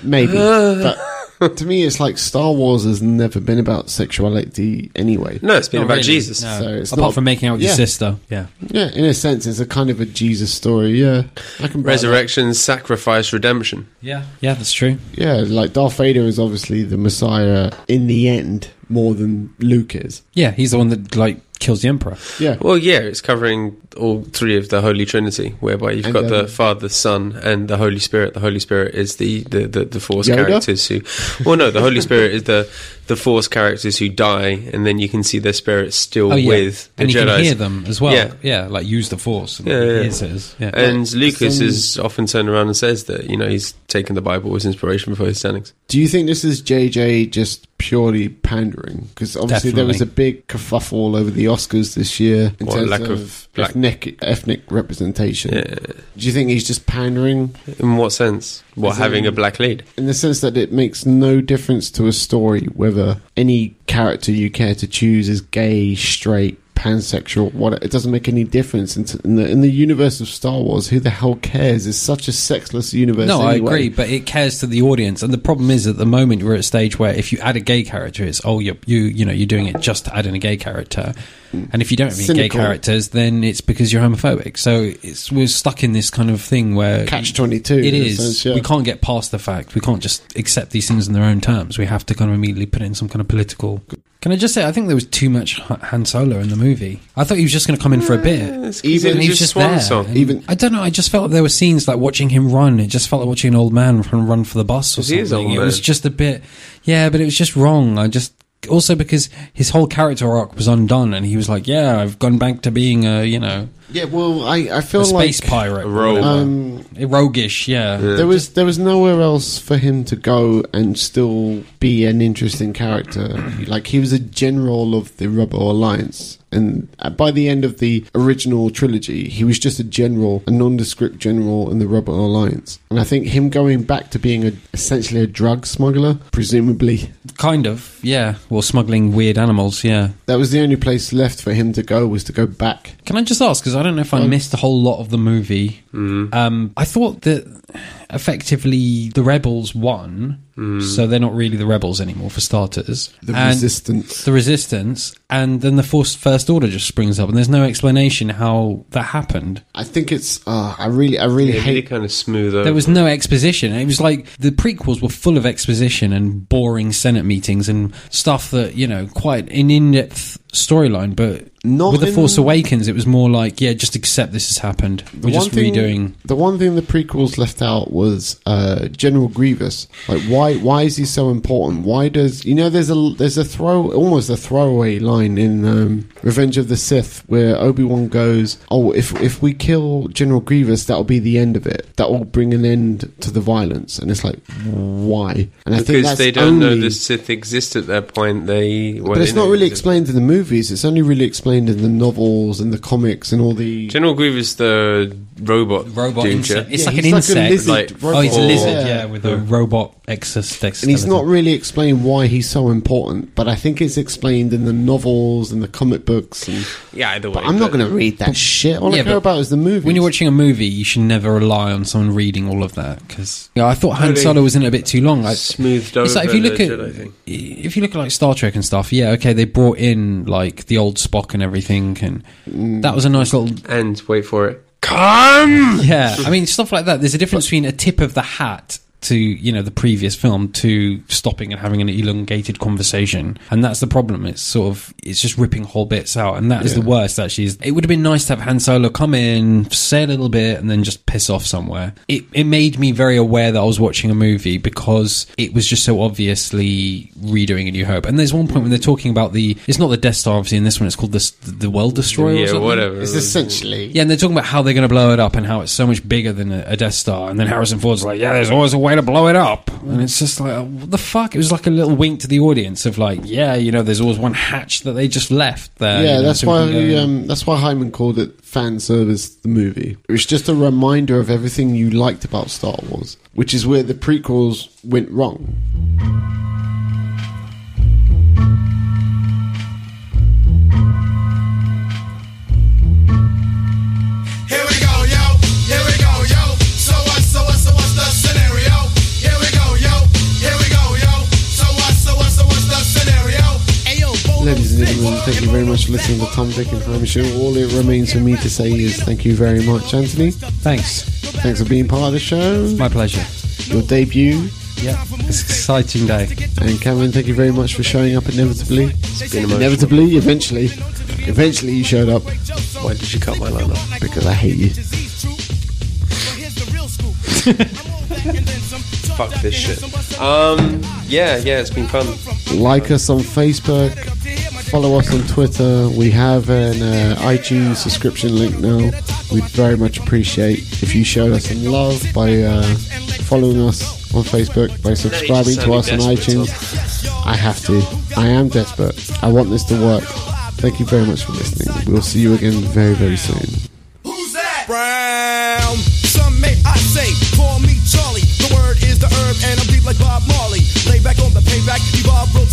Maybe. but to me, it's like Star Wars has never been about sexuality anyway. No, it's been not about really, Jesus. no. So it's Apart not- from making out with Yeah. your sister. Yeah. Yeah, in a sense, it's a kind of a Jesus story. Yeah, I can buy that. Resurrection, sacrifice, redemption. Yeah. Yeah, that's true. Yeah, like Darth Vader is obviously the Messiah in the end more than Luke is. Yeah, he's the one that like kills the emperor. Yeah. Well, yeah, it's covering all three of the Holy Trinity, whereby you've And, got the um, Father, Son, and the Holy Spirit. The Holy Spirit is the the the, the Force Yoda? characters who, well, no, the Holy Spirit is the the Force characters who die, and then you can see their spirits still Oh yeah, with the and you Jedi's. can hear them as well. Yeah. Yeah, like use the force. And Yeah, he yeah. hears it as- yeah. And Lucas some- is often turned around and says that you know he's taken the Bible as inspiration for his standings. Do you think this is JJ just purely pandering? Because obviously there was a big kerfuffle over the Oscars this year in What, terms lack of, of black- ethnic ethnic representation. Yeah. Do you think he's just pandering In what sense? What As having in- a black lead? in the sense that it makes no difference to a story whether any character you care to choose is gay, straight, pansexual, what it doesn't make any difference in, in the in the universe of Star Wars. Who the hell cares? It's such a sexless universe. No, anyway. I agree, but it cares to the audience, and the problem is at the moment we're at a stage where if you add a gay character, it's oh you you you know you're doing it just to add in a gay character, and if you don't have any gay Mm. Cynical. characters, then it's because you're homophobic. So it's we're stuck in this kind of thing where Catch 22, It in a is. sense, yeah. We can't get past the fact. We can't just accept these things on their own terms. We have to kind of immediately put in some kind of political. Can I just say I think there was too much Han Han Solo in the movie. I thought he was just going to come in for a bit. Even And It's he's just swan there. song. And Even- I don't know. I just felt there were scenes like watching him run. It just felt like watching an old man run run for the bus or Because he something. is old it man. was just a bit, yeah, but it was just wrong. I just also because his whole character arc was undone, and he was like, "Yeah, I've gone back to being a you know Yeah, well, I I feel a space like pirate, A rogue. Um, A roguish, yeah. there was there was nowhere else for him to go and still be an interesting character. Like he was a general of the Rebel Alliance, and uh, by the end of the original trilogy, he was just a general, a nondescript general in the Rebel Alliance. And I think him going back to being a, essentially a drug smuggler, presumably Kind of, yeah. Well, smuggling weird animals, yeah. that was the only place left for him to go was to go back. Can I just ask? Because I don't know if I missed a whole lot of the movie. Um, I thought that effectively the rebels won, so they're not really the rebels anymore, for starters. The And- resistance. The resistance, and then the force first order just springs up, and there's no explanation how that happened. I think it's. Uh, I really, I really It really hate. kind of smooth. Over. There was no exposition. It was like the prequels were full of exposition and boring Senate meetings and stuff that, you know, quite an in depth storyline. But Not with The in- Force Awakens, it was more like, yeah, just accept this has happened. We're just redoing. The one thing the prequels left out was uh, General Grievous. Like, why? Why is he so important? Why does you know? There's a there's a throw almost a throwaway line in um, Revenge of the Sith where Obi Wan goes, "Oh, if if we kill General Grievous, that'll be the end of it. That will bring an end to the violence." And it's like, why? And I think because that's they don't know only- the Sith exist at that point. They well, but they it's know not really they exist. explained in the movies. It's only really explained in the novels and the comics and all the. General Grievous, the robot, Robot dude, insect. yeah? It's Yeah, like an he's insect. a lizard. Like- oh, he's a Or- lizard, yeah, with a robot exoskeleton. And he's not really explained why he's so important, but I think it's explained in the novels and the comic books. And, yeah, either way. but I'm not but- going to read that shit. All uh, Yeah, I care but about is the movie. When you're watching a movie, you should never rely on someone reading all of that because yeah, I thought Han Really Solo was in it a bit too long. Like, Smoothed it's like if over you look the at Jedi thing. if you look at like Star Trek and stuff. Yeah, okay, they brought in like the old Spock and everything, and Mm. that was a nice little And wait for it. Come. yeah. I mean, stuff like that. There's a difference between a tip of the hat to you know the previous film to stopping and having an elongated conversation and that's the problem it's sort of it's just ripping whole bits out and that is the worst actually is it would have been nice to have Han Solo come in say a little bit and then just piss off somewhere it, it made me very aware that I was watching a movie because it was just so obviously redoing A New Hope and there's one point when they're talking about the it's not the Death Star obviously in this one it's called the, s- the World Destroyer or Yeah, something. whatever. it's essentially Yeah, and they're talking about how they're going to blow it up and how it's so much bigger than a, a Death Star. And then Harrison Ford's like, "Yeah, there's always a way to blow it up." And it's just like, uh, what the fuck? It was like a little wink to the audience of like, "Yeah, you know, there's always one hatch that they just left there." yeah, you know, that's so we why can go in." um, that's why Hyman called it fan service. The movie. It was just a reminder of everything you liked about Star Wars, which is where the prequels went wrong. Here we go, yo. Here we go, yo. So what? So what? So what's the scenario? Here we go, yo. Here we go, yo. So what? So what? So what's the scenario? Ladies and gentlemen, thank you very much for listening to Tom Dick and Hyman Show. All it remains for me to say is thank you very much, Anthony. thanks, Thanks for being part of the show. my pleasure. Your debut. Yeah, it's an exciting day. And Cameron, thank you very much for showing up inevitably. been emotional. inevitably, eventually. Eventually, you showed up Why did you cut my line off? because I hate you. Fuck this shit. Um, yeah, yeah, it's been fun. Like us on Facebook. Follow us on Twitter. We have an uh, iTunes subscription link now. We'd very much appreciate if you showed us some love by uh, following us on Facebook, by subscribing to us on iTunes. I have to. I am desperate. I want this to work. Thank you very much for listening. We'll see you again very, very soon. Who's that? Brown. Some may I say, call me Charlie. The word is the herb, and I'm deep like Bob Marley. Lay back on the payback, evolve, rotate.